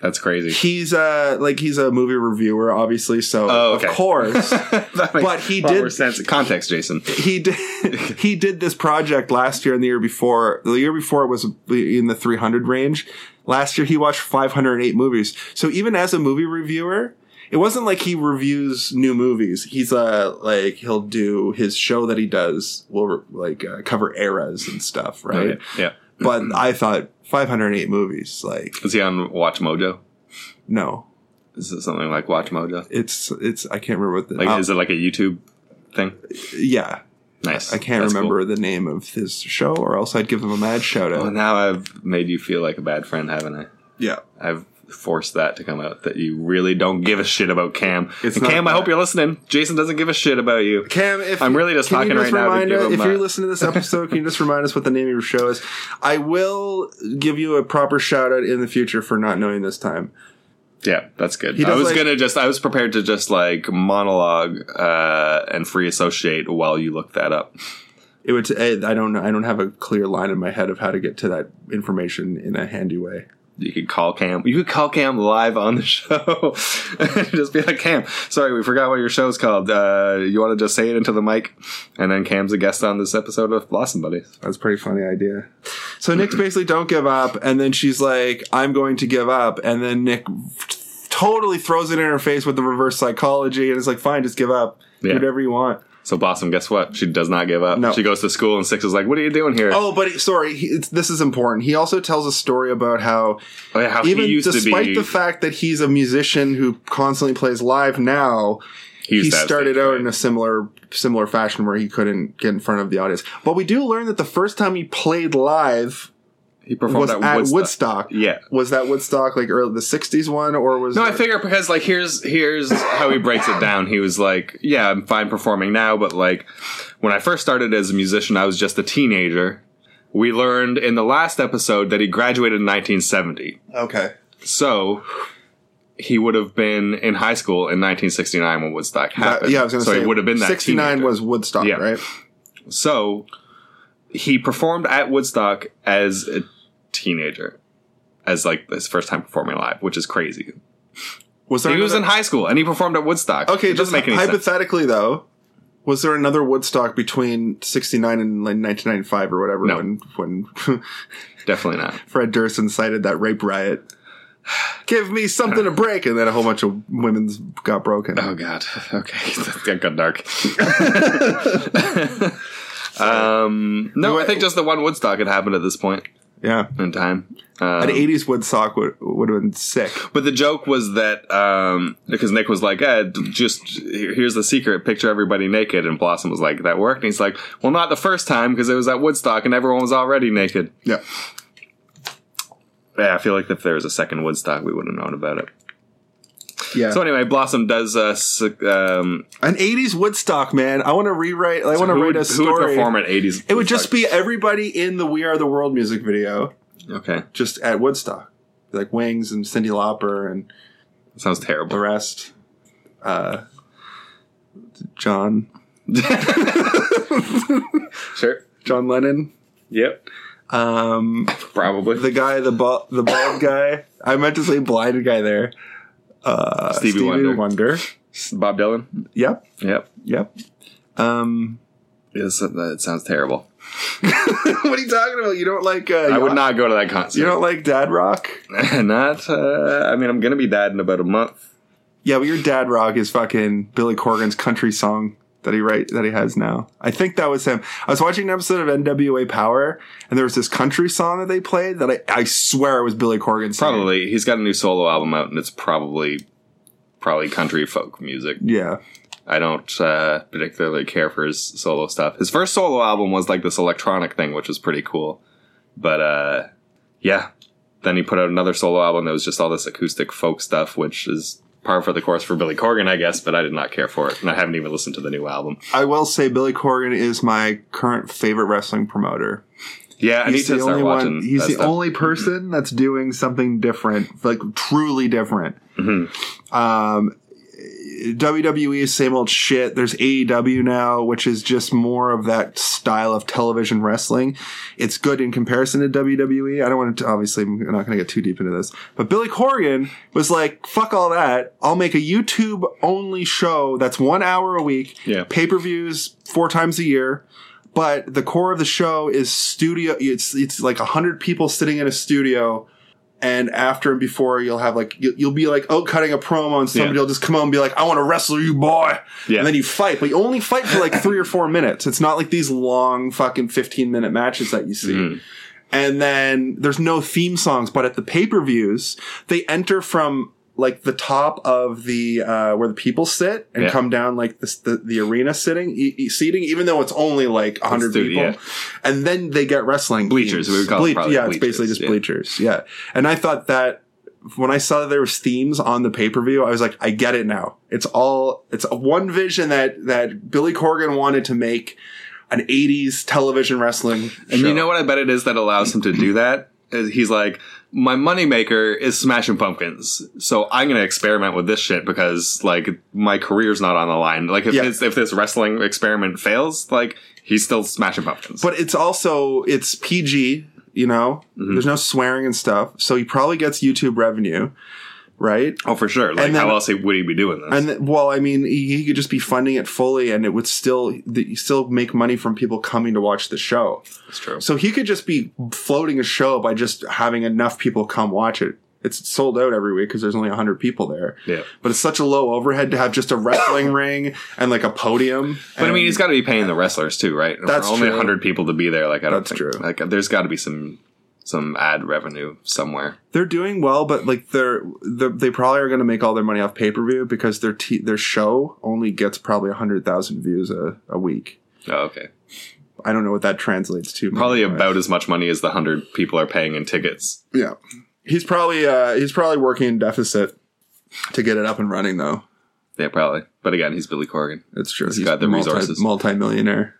Speaker 2: That's crazy.
Speaker 1: He's uh like he's a movie reviewer, obviously. So
Speaker 2: Oh, okay.
Speaker 1: of course.
Speaker 2: That makes
Speaker 1: But he
Speaker 2: a lot
Speaker 1: did-
Speaker 2: more sense. Context, Jason.
Speaker 1: he did he did this project last year and the year before. The year before it was in the 300 range. Last year he watched 508 movies. So even as a movie reviewer, it wasn't like he reviews new movies. He's uh like he'll do his show that he does will like uh, cover eras and stuff, right?
Speaker 2: Okay. Yeah.
Speaker 1: But I thought 508 movies like
Speaker 2: Is he on Watch Mojo?
Speaker 1: no.
Speaker 2: Is it something like Watch Mojo?
Speaker 1: It's it's I can't remember what the
Speaker 2: Like,
Speaker 1: uh,
Speaker 2: is it like a YouTube thing?
Speaker 1: yeah
Speaker 2: Nice.
Speaker 1: I can't
Speaker 2: That's
Speaker 1: remember the name of his show or else I'd give him a mad shout
Speaker 2: Cool.
Speaker 1: out
Speaker 2: Well, now I've made you feel like a bad friend, haven't I?
Speaker 1: yeah
Speaker 2: I've forced that to come out that you really don't give a shit about Cam.
Speaker 1: It's
Speaker 2: and
Speaker 1: not
Speaker 2: Cam, I
Speaker 1: that.
Speaker 2: hope you're listening. Jason doesn't give a shit about you.
Speaker 1: Cam, if
Speaker 2: I'm really just
Speaker 1: can you
Speaker 2: talking right now to
Speaker 1: remind
Speaker 2: give
Speaker 1: us-
Speaker 2: him
Speaker 1: if you're
Speaker 2: a-
Speaker 1: listening to this episode, can you just remind us what the name of your show is? I will give you a proper shout out in the future for not knowing this time.
Speaker 2: Yeah, that's good.
Speaker 1: He
Speaker 2: I
Speaker 1: does,
Speaker 2: was
Speaker 1: like-
Speaker 2: gonna just I was prepared to just like monologue uh and free associate while you look that up.
Speaker 1: It would. eh, I don't. know. I don't have a clear line in my head of how to get to that information in a handy way.
Speaker 2: You could call Cam. You could call Cam live on the show. just be like, Cam, sorry, we forgot what your show's called. Uh, you want to just say it into the mic? And then Cam's a guest on this episode of Blossom Buddies.
Speaker 1: That's a pretty funny idea. So Nick's basically don't give up, and then she's like, "I'm going to give up," and then Nick totally throws it in her face with the reverse psychology, and it's like, "Fine, just give up.
Speaker 2: Yeah.
Speaker 1: Do whatever you want."
Speaker 2: So Blossom, guess what? She does not give up.
Speaker 1: No.
Speaker 2: She goes to school and Six is like, what are you doing here?
Speaker 1: Oh, but he, sorry, he, it's, this is important. He also tells a story about how
Speaker 2: Oh, yeah, how
Speaker 1: even
Speaker 2: he used to
Speaker 1: despite
Speaker 2: be.
Speaker 1: the fact that he's a musician who constantly plays live now,
Speaker 2: he used
Speaker 1: he
Speaker 2: to have
Speaker 1: started
Speaker 2: stage
Speaker 1: out
Speaker 2: fright.
Speaker 1: in a similar similar fashion where he couldn't get in front of the audience. But we do learn that the first time he played live
Speaker 2: he performed
Speaker 1: was
Speaker 2: at,
Speaker 1: at
Speaker 2: Woodstock.
Speaker 1: Woodstock.
Speaker 2: Yeah.
Speaker 1: Was that Woodstock like early the '60s one, or was
Speaker 2: No, I
Speaker 1: it-
Speaker 2: figure because like here's here's how he breaks it down. He was like, "Yeah, I'm fine performing now, but like when I first started as a musician, I was just a teenager." We learned in the last episode that he graduated in 1970,
Speaker 1: okay?
Speaker 2: so he would have been in high school in 1969 when Woodstock
Speaker 1: That-
Speaker 2: happened.
Speaker 1: yeah, I was going to
Speaker 2: so
Speaker 1: say
Speaker 2: he would have been that
Speaker 1: '69
Speaker 2: teenager.
Speaker 1: was Woodstock,
Speaker 2: Yeah.
Speaker 1: right?
Speaker 2: So he performed at Woodstock as a teenager, as like his first time performing live, which is crazy.
Speaker 1: Was there
Speaker 2: He was in
Speaker 1: another-
Speaker 2: high school and he performed at Woodstock.
Speaker 1: Okay,
Speaker 2: it
Speaker 1: just
Speaker 2: doesn't make any sense.
Speaker 1: hypothetically though, was there another Woodstock between '69 and like 1995 or whatever
Speaker 2: No.
Speaker 1: when when
Speaker 2: Definitely not.
Speaker 1: Fred Durst incited that rape riot? Give me something to break, and then a whole bunch of women's got broken.
Speaker 2: Oh god. Okay, that got dark. um, no, I think just the one Woodstock had happened at this point
Speaker 1: Yeah,
Speaker 2: in time.
Speaker 1: an
Speaker 2: Um,
Speaker 1: '80s Woodstock would would have been sick.
Speaker 2: but the joke was that um, because Nick was like, eh, d- "Just here- here's the secret: picture everybody naked." And Blossom was like, "That worked." And he's like, "Well, not the first time because it was at Woodstock and everyone was already naked."
Speaker 1: Yeah,
Speaker 2: Yeah, I feel like if there was a second Woodstock, we would have known about it.
Speaker 1: yeah.
Speaker 2: So anyway, Blossom does uh, s- um,
Speaker 1: An '80s Woodstock, man. I want to rewrite. I want to
Speaker 2: who
Speaker 1: write
Speaker 2: would-
Speaker 1: a
Speaker 2: Who would
Speaker 1: story.
Speaker 2: perform at 80s?
Speaker 1: It would just be everybody in the "We Are the World" music video,
Speaker 2: Okay.
Speaker 1: just at Woodstock, like Wings and Cindy Lauper and
Speaker 2: Sounds
Speaker 1: the
Speaker 2: terrible.
Speaker 1: rest. Uh, John,
Speaker 2: sure.
Speaker 1: John Lennon,
Speaker 2: Yep.
Speaker 1: um,
Speaker 2: Probably.
Speaker 1: the guy, the bald, the bald guy. I meant to say blind guy there. Uh,
Speaker 2: Stevie Wonder. Bob Dylan.
Speaker 1: Yep,
Speaker 2: Yep.
Speaker 1: yep. Um,
Speaker 2: Yes, that sounds terrible.
Speaker 1: what are you talking about? You don't like? Uh,
Speaker 2: I would not go to that concert.
Speaker 1: You don't like Dad Rock?
Speaker 2: not. Uh, I mean, I'm gonna be dad in about a month.
Speaker 1: Yeah, but your Dad Rock is fucking Billy Corgan's country song. that he write that he has now. I think that was him. I was watching an episode of NWA Power, and there was this country song that they played that I, I swear it was Billy Corgan. singing.
Speaker 2: Probably he's got a new solo album out, and it's probably probably country folk music.
Speaker 1: Yeah.
Speaker 2: I don't uh, particularly care for his solo stuff. His first solo album was like this electronic thing, which was pretty cool. But uh, yeah, then he put out another solo album that was just all this acoustic folk stuff, which is par for the course for Billy Corgan, I guess. But I did not care for it, and I haven't even listened to the new album.
Speaker 1: I will say Billy Corgan is my current favorite wrestling promoter.
Speaker 2: Yeah, I need to start
Speaker 1: only
Speaker 2: watching.
Speaker 1: He's
Speaker 2: that
Speaker 1: the
Speaker 2: stuff.
Speaker 1: only person that's doing something different, like truly different.
Speaker 2: Mhm.
Speaker 1: Um, WWE is same old shit. There's AEW now, which is just more of that style of television wrestling. It's good in comparison to WWE. I don't want to, obviously, I'm not going to get too deep into this. But Billy Corgan was like, fuck all that. I'll make a YouTube only show that's one hour a week,
Speaker 2: Yeah.
Speaker 1: pay per views four times a year. But the core of the show is studio. It's it's like a hundred people sitting in a studio and after and before you'll have like you'll, you'll be like oh cutting a promo and somebody
Speaker 2: Yeah.
Speaker 1: will just come out and be like i want to wrestle you boy
Speaker 2: Yeah.
Speaker 1: and then you fight but you only fight for like three or four minutes it's not like these long fucking 15 minute matches that you see
Speaker 2: Mhm.
Speaker 1: and then there's no theme songs but at the pay-per-views they enter from like the top of the uh where the people sit and
Speaker 2: Yeah.
Speaker 1: come down like this the, the arena sitting e- e- seating even though it's only like 100
Speaker 2: do it,
Speaker 1: people
Speaker 2: yeah.
Speaker 1: and then they get wrestling themes.
Speaker 2: Bleachers, we would call it probably
Speaker 1: yeah it's
Speaker 2: bleachers,
Speaker 1: basically just
Speaker 2: yeah.
Speaker 1: bleachers yeah and i thought that when i saw that there was themes on the pay-per-view i was like i get it now it's all it's one vision that that billy corgan wanted to make an 80s television wrestling
Speaker 2: And
Speaker 1: show.
Speaker 2: you know what I bet it is that allows him to do that? Is He's like, my moneymaker is smashing pumpkins. So I'm going to experiment with this shit because, like, my career's not on the line. Like, if,
Speaker 1: Yeah.
Speaker 2: this, if this wrestling experiment fails, like, he's still smashing pumpkins.
Speaker 1: but it's also it's PG. You know,
Speaker 2: Mm-hmm.
Speaker 1: there's no swearing and stuff, so he probably gets YouTube revenue, right?
Speaker 2: oh, for sure. Like,
Speaker 1: And then-
Speaker 2: how else would he be doing this?
Speaker 1: And th- well, I mean, he, he could just be funding it fully, and it would still th- you still make money from people coming to watch the show.
Speaker 2: That's true.
Speaker 1: So he could just be floating a show by just having enough people come watch it. It's sold out every week because there's only 100 people there.
Speaker 2: Yeah.
Speaker 1: But it's such a low overhead to have just a wrestling ring and like a podium.
Speaker 2: But I
Speaker 1: and-
Speaker 2: mean, he's got to be paying the wrestlers too, right? And
Speaker 1: That's
Speaker 2: For only
Speaker 1: true.
Speaker 2: 100 people to be there. Like, I don't
Speaker 1: That's
Speaker 2: think,
Speaker 1: true.
Speaker 2: Like, there's got to be some some ad revenue somewhere.
Speaker 1: they're doing well, but like they're, they're they probably are going to make all their money off pay per view because their t- their show only gets probably hundred thousand views a, a week.
Speaker 2: Oh, okay.
Speaker 1: I don't know what that translates to.
Speaker 2: Probably
Speaker 1: money-wise.
Speaker 2: about as much money as the 100 people are paying in tickets.
Speaker 1: yeah. He's probably uh, he's probably working in deficit to get it up and running though.
Speaker 2: Yeah, probably. But again, he's Billy Corgan.
Speaker 1: It's true.
Speaker 2: He's got the resources.
Speaker 1: Multi-millionaire.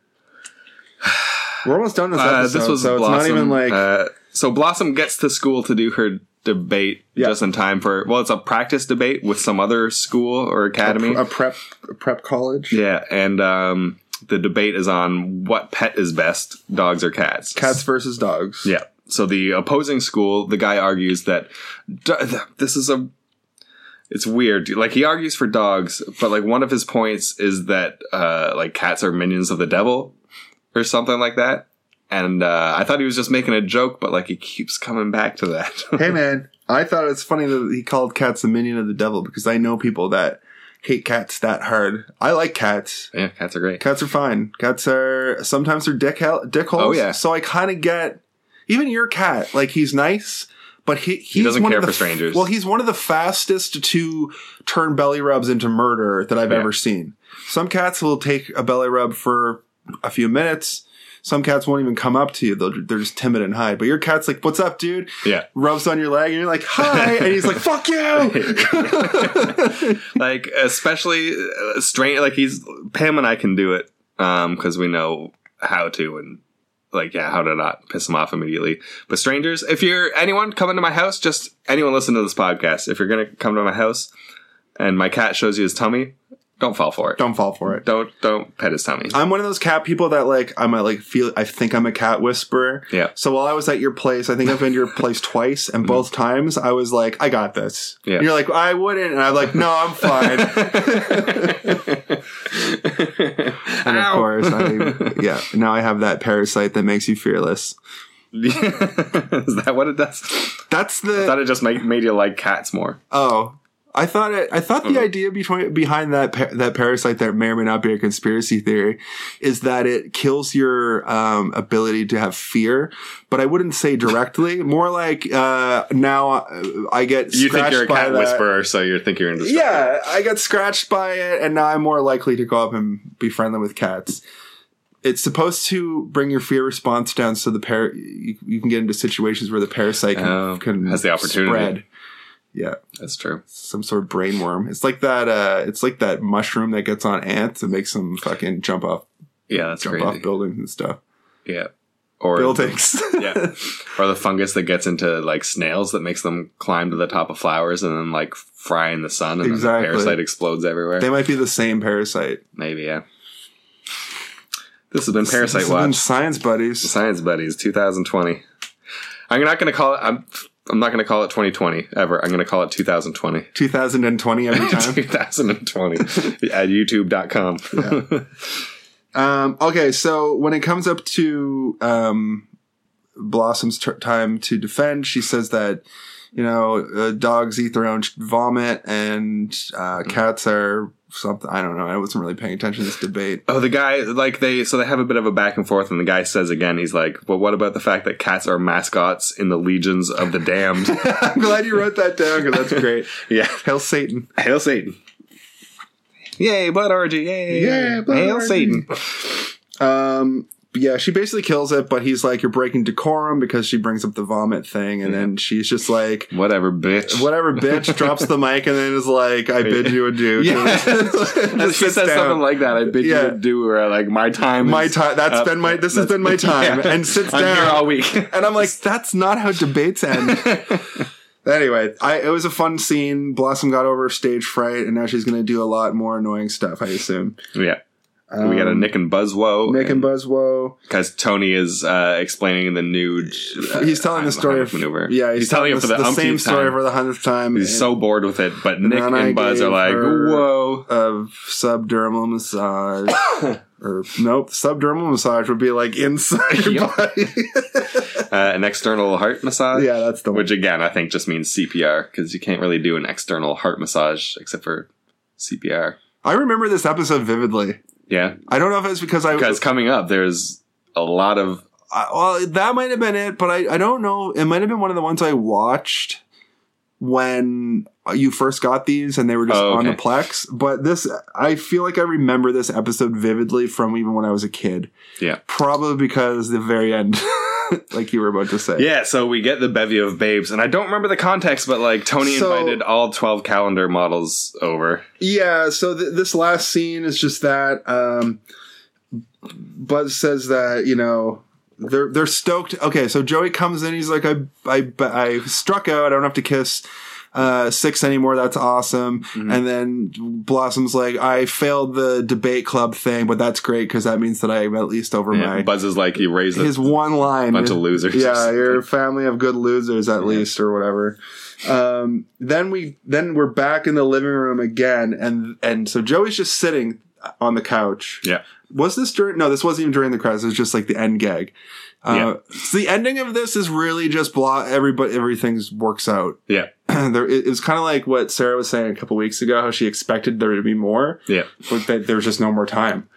Speaker 1: We're almost done this
Speaker 2: Uh,
Speaker 1: episode,
Speaker 2: this was
Speaker 1: so
Speaker 2: Blossom.
Speaker 1: it's not even like
Speaker 2: uh, so Blossom gets to school to do her debate
Speaker 1: Yeah.
Speaker 2: just in time for. Well, it's a practice debate with some other school or academy.
Speaker 1: a prep a prep college.
Speaker 2: yeah, and um, the debate is on what pet is best, dogs or cats.
Speaker 1: Cats versus dogs.
Speaker 2: Yeah. So the opposing school, the guy argues that do- th- this is a. It's weird. Like he argues for dogs, but like one of his points is that uh, like cats are minions of the devil, or something like that. And uh, I thought he was just making a joke, but like he keeps coming back to that.
Speaker 1: hey man, I thought it's funny that he called cats the minion of the devil because I know people that hate cats that hard. I like cats.
Speaker 2: yeah, cats are great.
Speaker 1: Cats are fine. Cats are sometimes they're dick hell, dick holes.
Speaker 2: Oh, yeah.
Speaker 1: So I kind of get even your cat. Like he's nice, but he he's
Speaker 2: doesn't
Speaker 1: one
Speaker 2: care
Speaker 1: of the,
Speaker 2: for strangers.
Speaker 1: Well, he's one of the fastest to turn belly rubs into murder that I've
Speaker 2: Yeah.
Speaker 1: ever seen. Some cats will take a belly rub for a few minutes. Some cats won't even come up to you. They'll, they're just timid and hide. But your cat's like, "What's up, dude?"
Speaker 2: Yeah,
Speaker 1: rubs on your leg and you're like, hi. And he's like, fuck you.
Speaker 2: like especially uh, strange. Like he's Pam and I can do it because we know how to and like yeah how to not piss them off immediately. But strangers, if you're anyone coming to my house, just anyone listen to this podcast. If you're gonna come to my house and my cat shows you his tummy, don't fall for it.
Speaker 1: Don't fall for it.
Speaker 2: Don't don't pet his tummy.
Speaker 1: I'm one of those cat people that like I'm a, like feel I think I'm a cat whisperer.
Speaker 2: Yeah.
Speaker 1: So while I was at your place, I think I've been to your place twice, and both times I was like, I got this.
Speaker 2: Yeah.
Speaker 1: And you're like, I wouldn't, and I'm like, no, I'm fine. and of
Speaker 2: Ow.
Speaker 1: course, I, yeah. Now I have that parasite that makes you fearless.
Speaker 2: Is that what it does?
Speaker 1: That's
Speaker 2: I
Speaker 1: the
Speaker 2: thought it just made, made you like cats more.
Speaker 1: oh. I thought it, I thought the
Speaker 2: Oh.
Speaker 1: idea between, behind that pa- that parasite that may or may not be a conspiracy theory is that it kills your um, ability to have fear, but I wouldn't say directly. More like uh, now uh, I get
Speaker 2: You think you're a
Speaker 1: scratched by
Speaker 2: cat
Speaker 1: that-
Speaker 2: whisperer, so you think you're indestructible.
Speaker 1: Yeah, I got scratched by it, and now I'm more likely to go up and be friendly with cats. It's supposed to bring your fear response down, so the par you, you can get into situations where the parasite can,
Speaker 2: Oh,
Speaker 1: can
Speaker 2: has the opportunity.
Speaker 1: spread. Yeah
Speaker 2: That's true.
Speaker 1: some sort of brain worm. It's like that. Uh, it's like that mushroom that gets on ants and makes them fucking jump off,
Speaker 2: Yeah, that's
Speaker 1: jump off
Speaker 2: crazy.
Speaker 1: buildings and stuff.
Speaker 2: yeah. Or
Speaker 1: Buildings.
Speaker 2: yeah. Or the fungus that gets into like snails that makes them climb to the top of flowers and then like fry in the sun and
Speaker 1: Exactly.
Speaker 2: then the parasite explodes everywhere.
Speaker 1: they might be the same parasite.
Speaker 2: Maybe, yeah. This has been
Speaker 1: This
Speaker 2: Parasite
Speaker 1: has been
Speaker 2: Watch.
Speaker 1: Science buddies.
Speaker 2: Science Buddies 2020. I'm not going to call it I'm I'm not going to call it 2020 ever. I'm going to call it 2020.
Speaker 1: 2020 every time.
Speaker 2: 2020 at youtube.com.
Speaker 1: um, okay, so when it comes up to um, Blossom's t- time to defend, she says that you know uh, dogs eat their own sh- vomit and uh,
Speaker 2: Mm-hmm.
Speaker 1: cats are something. I don't know. I wasn't really paying attention to this debate.
Speaker 2: Oh, the guy, like they, so they have a bit of a back and forth, and the guy says again, he's like, "Well, what about the fact that cats are mascots in the legions of the damned?"
Speaker 1: I'm glad you wrote that down because that's great.
Speaker 2: yeah,
Speaker 1: Hail Satan.
Speaker 2: hail Satan! Yay, blood orgy! Yay,
Speaker 1: Yeah, blood
Speaker 2: hail
Speaker 1: orgy.
Speaker 2: Satan!
Speaker 1: Um, yeah, she basically kills it, but he's like, "You're breaking decorum because she brings up the vomit thing," and
Speaker 2: Mm-hmm.
Speaker 1: then she's just like,
Speaker 2: Whatever, bitch.
Speaker 1: "Whatever, bitch." drops the mic and then is like, "I bid you adieu."
Speaker 2: Yeah,
Speaker 1: Just
Speaker 2: she
Speaker 1: sits
Speaker 2: says
Speaker 1: down.
Speaker 2: something like that. I bid
Speaker 1: Yeah.
Speaker 2: you to do, or like my time,
Speaker 1: "My
Speaker 2: is
Speaker 1: time. That's
Speaker 2: up.
Speaker 1: been my. This has been my time."
Speaker 2: Yeah.
Speaker 1: And sits
Speaker 2: I'm
Speaker 1: down.
Speaker 2: here all week.
Speaker 1: and I'm like, "That's not how debates end." anyway, I, it was a fun scene. Blossom got over her stage fright, and now she's going to do a lot more annoying stuff. I assume.
Speaker 2: yeah, we got a
Speaker 1: Um,
Speaker 2: Nick and Buzz woe.
Speaker 1: Nick and Buzzwo.
Speaker 2: because Tony is uh, explaining the nude. uh,
Speaker 1: he's telling the story of
Speaker 2: Heimlich maneuver.
Speaker 1: Yeah,
Speaker 2: he's, telling it
Speaker 1: us
Speaker 2: for the,
Speaker 1: the same
Speaker 2: umpteenth
Speaker 1: story
Speaker 2: time.
Speaker 1: for the hundredth time.
Speaker 2: He's so bored with it, but Nick
Speaker 1: then I
Speaker 2: and Buzz are
Speaker 1: gave
Speaker 2: like,
Speaker 1: her-
Speaker 2: "Whoa!"
Speaker 1: of subdermal massage. or nope, subdermal massage would be like inside your
Speaker 2: Yep.
Speaker 1: body.
Speaker 2: Uh, an external heart massage,
Speaker 1: yeah, that's the one.
Speaker 2: which again I think just means CPR because you can't really do an external heart massage except for CPR.
Speaker 1: I remember this episode vividly.
Speaker 2: Yeah,
Speaker 1: I don't know if it's because I
Speaker 2: because coming up there's a lot of
Speaker 1: I, well, that might have been it, but I, I don't know. It might have been one of the ones I watched when you first got these and they were just
Speaker 2: Oh,
Speaker 1: on the
Speaker 2: okay.
Speaker 1: Plex. But this, I feel like I remember this episode vividly from even when I was a kid.
Speaker 2: Yeah.
Speaker 1: Probably because the very end, like you were about to say.
Speaker 2: yeah. So we get the bevy of babes, and I don't remember the context, but like Tony
Speaker 1: So-
Speaker 2: invited all twelve calendar models over.
Speaker 1: Yeah, so th- this last scene is just that. Um, Buzz says that you know they're they're stoked. Okay, so Joey comes in. He's like, I I I struck out. I don't have to kiss uh, six anymore. That's awesome.
Speaker 2: Mm-hmm.
Speaker 1: And then Blossom's like, I failed the debate club thing, but that's great because that means that I'm at least over
Speaker 2: Yeah,
Speaker 1: my
Speaker 2: Buzz is like, "You raised a
Speaker 1: his one line.
Speaker 2: bunch of losers."
Speaker 1: Yeah, you're a family of good losers at least, or whatever. Um, then we then we're back in the living room again, and and so Joey's just sitting on the couch.
Speaker 2: yeah.
Speaker 1: Was this during? No, this wasn't even during the credits. It was just like the end gag. Uh, so the ending of this is really just blah. Everybody, everything's works out.
Speaker 2: Yeah.
Speaker 1: there, it, it was kind of like what Sarah was saying a couple weeks ago. How she expected there to be more
Speaker 2: Yeah.
Speaker 1: but that there's just no more time.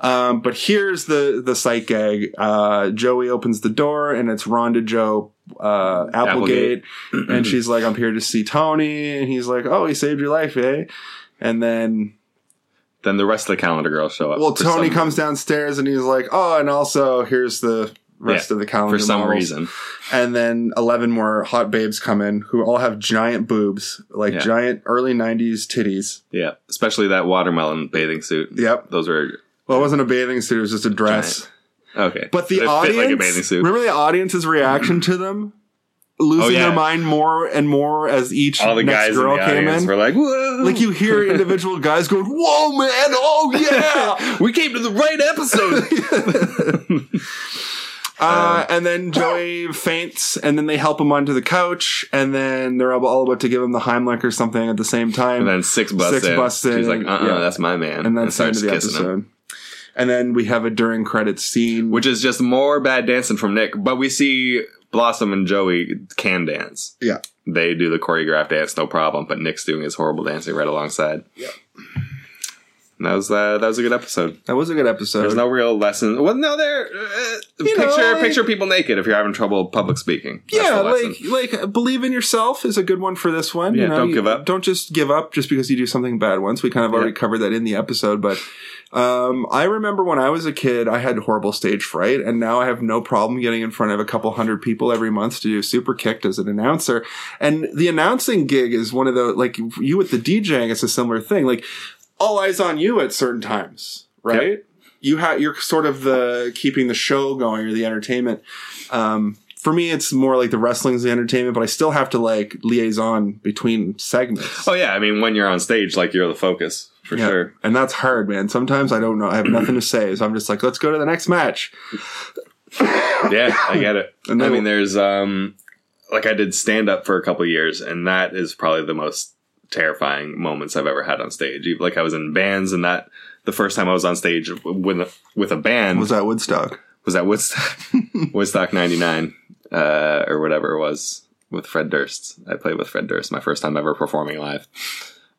Speaker 1: Um, but here's the the sight gag. Uh, Joey opens the door and it's Rhonda Joe uh, Applegate,
Speaker 2: Applegate.
Speaker 1: and she's like, "I'm here to see Tony," and he's like, "Oh, he saved your life, eh?" And then,
Speaker 2: Then the rest of the calendar girls show up.
Speaker 1: well,
Speaker 2: for
Speaker 1: Tony
Speaker 2: some-
Speaker 1: comes downstairs and he's like, "Oh, and also here's the rest of the calendar
Speaker 2: for some
Speaker 1: models."
Speaker 2: reason.
Speaker 1: And then eleven more hot babes come in who all have giant boobs, like
Speaker 2: Yeah.
Speaker 1: giant early '90s titties.
Speaker 2: Yeah, especially that watermelon bathing suit.
Speaker 1: Yep.
Speaker 2: Those were
Speaker 1: Well, it wasn't a bathing suit; it was just a dress.
Speaker 2: okay.
Speaker 1: But the
Speaker 2: It fit
Speaker 1: audience,
Speaker 2: like a bathing suit.
Speaker 1: remember the audience's reaction to them, losing
Speaker 2: Oh, yeah.
Speaker 1: their mind more and more as each
Speaker 2: All the
Speaker 1: next
Speaker 2: guys
Speaker 1: girl
Speaker 2: in the
Speaker 1: came
Speaker 2: audience
Speaker 1: in.
Speaker 2: were like, "Whoa!"
Speaker 1: Like you hear individual guys going, "Whoa, man! Oh yeah!"
Speaker 2: we came to the right episode. Um,
Speaker 1: uh, and then Joey faints, and then they help him onto the couch, and then they're all about to give him the Heimlich or something at the same time.
Speaker 2: and then six busts
Speaker 1: Six
Speaker 2: in.
Speaker 1: busts in,
Speaker 2: She's like,
Speaker 1: and-
Speaker 2: "Uh, uh
Speaker 1: yeah.
Speaker 2: that's my man."
Speaker 1: and that's the end
Speaker 2: starts
Speaker 1: of the
Speaker 2: kissing him.
Speaker 1: episode. And then we have a during credits scene.
Speaker 2: which is just more bad dancing from Nick. But we see Blossom and Joey can dance.
Speaker 1: Yeah.
Speaker 2: They do the choreographed dance, no problem. But Nick's doing his horrible dancing right alongside.
Speaker 1: Yep.
Speaker 2: And that was uh, that was a good episode.
Speaker 1: That was a good episode.
Speaker 2: There's no real lesson. Well, no, there. Uh,
Speaker 1: You
Speaker 2: picture
Speaker 1: know, like-
Speaker 2: picture people naked if you're having trouble public speaking. That's
Speaker 1: yeah,
Speaker 2: the lesson.
Speaker 1: like like believe in yourself is a good one for this one.
Speaker 2: Yeah, don't
Speaker 1: you-
Speaker 2: give up.
Speaker 1: Don't just give up just because you do something bad once. We kind of already
Speaker 2: Yeah.
Speaker 1: covered that in the episode, but um, I remember when I was a kid, I had horrible stage fright, and now I have no problem getting in front of a couple hundred people every month to do super kicked as an announcer. And the announcing gig is one of the like you with the DJing. It's a similar thing. Like all eyes on you at certain times, right? You have you're sort of the keeping the show going or the entertainment. Um, for me, it's more like the wrestling's the entertainment, but I still have to like liaison between segments.
Speaker 2: oh yeah, I mean when you're on stage, like you're the focus for
Speaker 1: Yeah.
Speaker 2: sure.
Speaker 1: And that's hard, man. Sometimes I don't know. I have nothing to say, so I'm just like, let's go to the next match.
Speaker 2: yeah, I get it.
Speaker 1: And
Speaker 2: I
Speaker 1: then-
Speaker 2: mean, there's um, like I did stand up for a couple years, and that is probably the most terrifying moments I've ever had on stage. Even- Like I was in bands, and that the first time I was on stage with a, with a band
Speaker 1: Was
Speaker 2: was,
Speaker 1: that Woodstock?
Speaker 2: at Woodstock, Woodstock '99 uh, or whatever it was with Fred Durst. I played with Fred Durst, my first time ever performing live.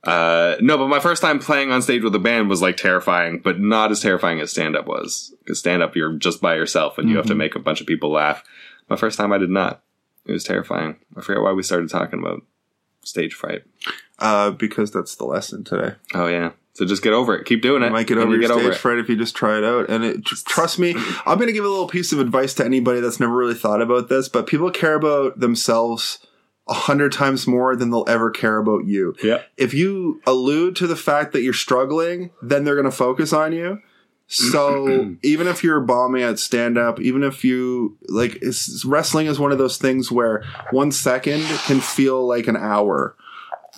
Speaker 2: Uh, no, but my first time playing on stage with a band was like terrifying, but not as terrifying as stand up was. Because stand up, you're just by yourself and you have to
Speaker 1: Mm-hmm.
Speaker 2: make a bunch of people laugh. My first time, I did not. It was terrifying. I forget why we started talking about stage fright.
Speaker 1: Uh, because that's the lesson today.
Speaker 2: Oh, yeah. So just get over it. Keep doing it.
Speaker 1: You might get
Speaker 2: and
Speaker 1: over
Speaker 2: you
Speaker 1: your stage
Speaker 2: it.
Speaker 1: fright if you just try it out. And it, tr- trust me, I'm going to give a little piece of advice to anybody that's never really thought about this, but people care about themselves a hundred times more than they'll ever care about you.
Speaker 2: Yeah.
Speaker 1: If you allude to the fact that you're struggling, then they're going to focus on you. So even if you're bombing at stand up, even if you like it's, wrestling is one of those things where one second can feel like an hour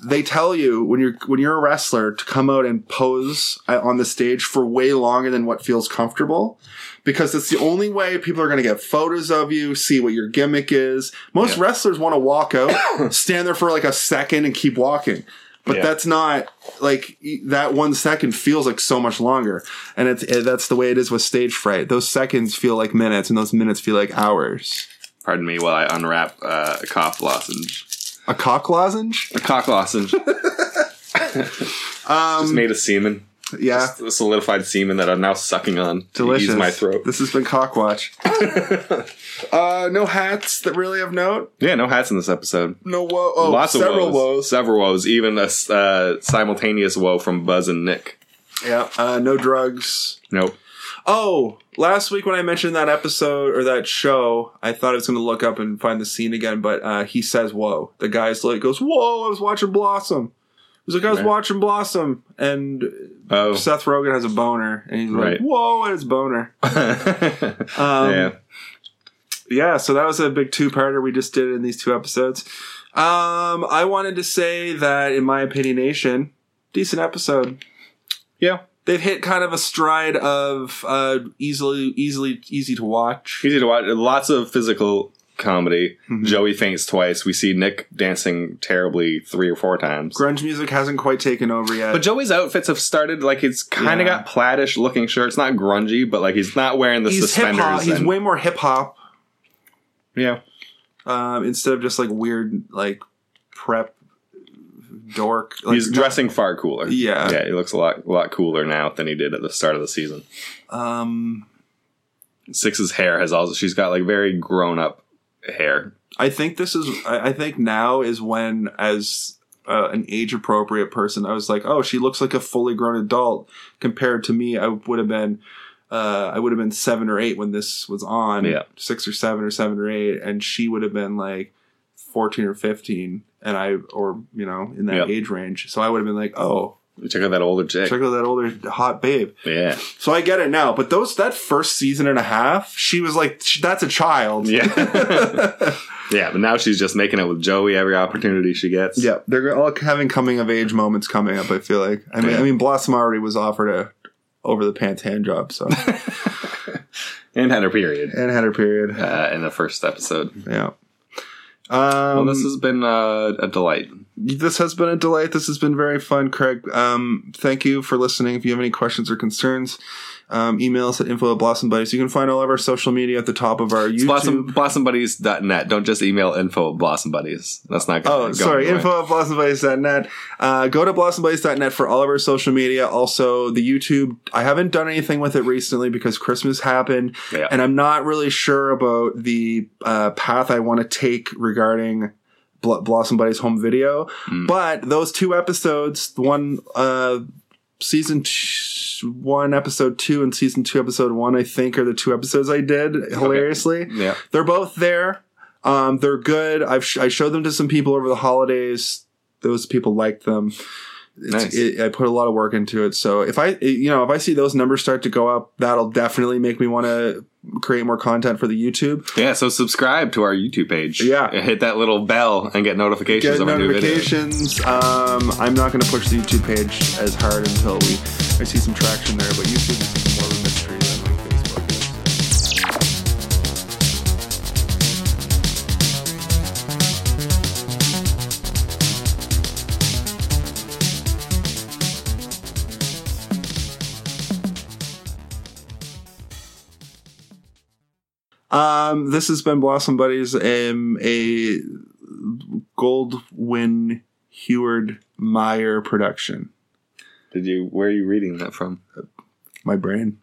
Speaker 1: they tell you when you're when you're a wrestler to come out and pose uh, on the stage for way longer than what feels comfortable because it's the only way people are going to get photos of you see what your gimmick is most
Speaker 2: Yeah.
Speaker 1: wrestlers want to walk out stand there for like a second and keep walking but
Speaker 2: Yeah.
Speaker 1: that's not like y- that one second feels like so much longer and it's uh, that's the way it is with stage fright those seconds feel like minutes and those minutes feel like hours
Speaker 2: Pardon me while I unwrap uh, a cough lozenge.
Speaker 1: a cock lozenge
Speaker 2: A cock lozenge. just
Speaker 1: um
Speaker 2: made of semen.
Speaker 1: yeah
Speaker 2: Just the solidified semen that I'm now sucking on
Speaker 1: Delicious.
Speaker 2: to ease my throat.
Speaker 1: This has been Cockwatch. uh, no hats that really of note.
Speaker 2: Yeah, no hats in this episode.
Speaker 1: No woe. Oh,
Speaker 2: Lots of
Speaker 1: several
Speaker 2: woes.
Speaker 1: woes.
Speaker 2: Several woes. Even a s- uh, simultaneous woe from Buzz and Nick.
Speaker 1: Yeah. Uh, no drugs.
Speaker 2: Nope.
Speaker 1: Oh, last week when I mentioned that episode or that show, I thought I was going to look up and find the scene again, but uh, he says, "Whoa!" The guy's like, "Goes, whoa!" I was watching Blossom. He was like, "I was
Speaker 2: Right.
Speaker 1: watching Blossom," and
Speaker 2: Oh.
Speaker 1: Seth Rogen has a boner, and he's like,
Speaker 2: Right.
Speaker 1: "Whoa!" And it's boner. Um,
Speaker 2: yeah.
Speaker 1: yeah, so that was a big two-parter we just did in these two episodes. Um, I wanted to say that, in my opinionation, decent episode.
Speaker 2: Yeah.
Speaker 1: They've hit kind of a stride of uh, easily, easily, easy to watch.
Speaker 2: Easy to watch. Lots of physical comedy.
Speaker 1: Mhm.
Speaker 2: Joey faints twice. We see Nick dancing terribly three or four times.
Speaker 1: Grunge music hasn't quite taken over yet.
Speaker 2: But Joey's outfits have started like he's kind of
Speaker 1: Yeah.
Speaker 2: got plaidish looking shirts. Not grungy, but like he's not wearing the
Speaker 1: he's hip hop.
Speaker 2: suspenders.
Speaker 1: He's
Speaker 2: and-
Speaker 1: way more hip hop
Speaker 2: yeah.
Speaker 1: um, instead of just like weird like prep dork. Like,
Speaker 2: he's dressing far cooler.
Speaker 1: Yeah.
Speaker 2: Yeah, he looks a lot a lot cooler now than he did at the start of the season.
Speaker 1: Um,
Speaker 2: Six's hair has also she's got like very grown up hair.
Speaker 1: I think this is. I I think now is when, as uh, an age-appropriate person, I was like, "Oh, she looks like a fully grown adult." Compared to me, I would have been, uh, I would have been seven or eight when this was on,
Speaker 2: Yeah.
Speaker 1: six or seven or seven or eight, and she would have been like fourteen or fifteen, and I, or you know, in that
Speaker 2: Yep.
Speaker 1: age range. So I would have been like, "Oh,
Speaker 2: Check out that older chick.
Speaker 1: check out that older hot babe."
Speaker 2: yeah.
Speaker 1: So I get it now. But those that first season and a half, she was like, "Sh- "That's a child."
Speaker 2: Yeah. Yeah, but now she's just making it with Joey every opportunity she gets.
Speaker 1: Yeah, they're all having coming of age moments coming up. I feel like. I mean,
Speaker 2: Yeah.
Speaker 1: I mean, Blossom already was offered a over the pants hand job, so
Speaker 2: And had her period.
Speaker 1: and had her period.
Speaker 2: Uh, in the first episode.
Speaker 1: Yeah. Um,
Speaker 2: Well, this has been uh, a delight.
Speaker 1: this has been a delight. This has been very fun, Craig. Um, thank you for listening. If you have any questions or concerns, Um, email us at info at Blossom Buddies. You can find all of our social media at the top of our YouTube.
Speaker 2: Blossom, blossombuddies.net. Don't just email info at Blossom Buddies. That's not gonna
Speaker 1: Oh,
Speaker 2: go
Speaker 1: sorry.
Speaker 2: anywhere.
Speaker 1: Info at blossombuddies.net. Uh, go to blossombuddies.net for all of our social media. Also, the YouTube. I haven't done anything with it recently because Christmas happened,
Speaker 2: Yeah.
Speaker 1: and I'm not really sure about the uh, path I want to take regarding Bl- Blossom Buddies home video.
Speaker 2: Mm.
Speaker 1: But those two episodes, the one uh, season t- one, episode two, and season two, episode one, I think, are the two episodes I did hilariously.
Speaker 2: Yeah.
Speaker 1: They're both there. Um, they're good. I've sh- I showed them to some people over the holidays. Those people liked them. It's,
Speaker 2: Nice.
Speaker 1: it, I put a lot of work into it. So if I, you know, if I see those numbers start to go up, that'll definitely make me want to create more content for the YouTube.
Speaker 2: Yeah, so subscribe to our YouTube page.
Speaker 1: Yeah.
Speaker 2: And hit that little bell and get notifications
Speaker 1: Get
Speaker 2: of our new videos.
Speaker 1: notifications. Um, I'm not going to push the YouTube page as hard until we I see some traction there. But YouTube is more of a mystery than like Facebook. Is. Um, this has been Blossom Buddies, um, a Goldwyn Heward Meyer production.
Speaker 2: Did you where are you reading that from?
Speaker 1: My brain.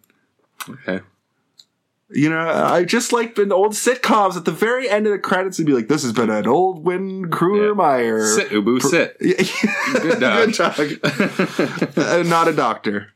Speaker 2: Okay.
Speaker 1: You know, I just like in old sitcoms at the very end of the credits, it'd be like, "This has been an old Win Kruger
Speaker 2: Yeah.
Speaker 1: Meyer."
Speaker 2: Sit, Ubu, sit.
Speaker 1: Yeah.
Speaker 2: Good dog.
Speaker 1: Good dog. Uh, not a doctor.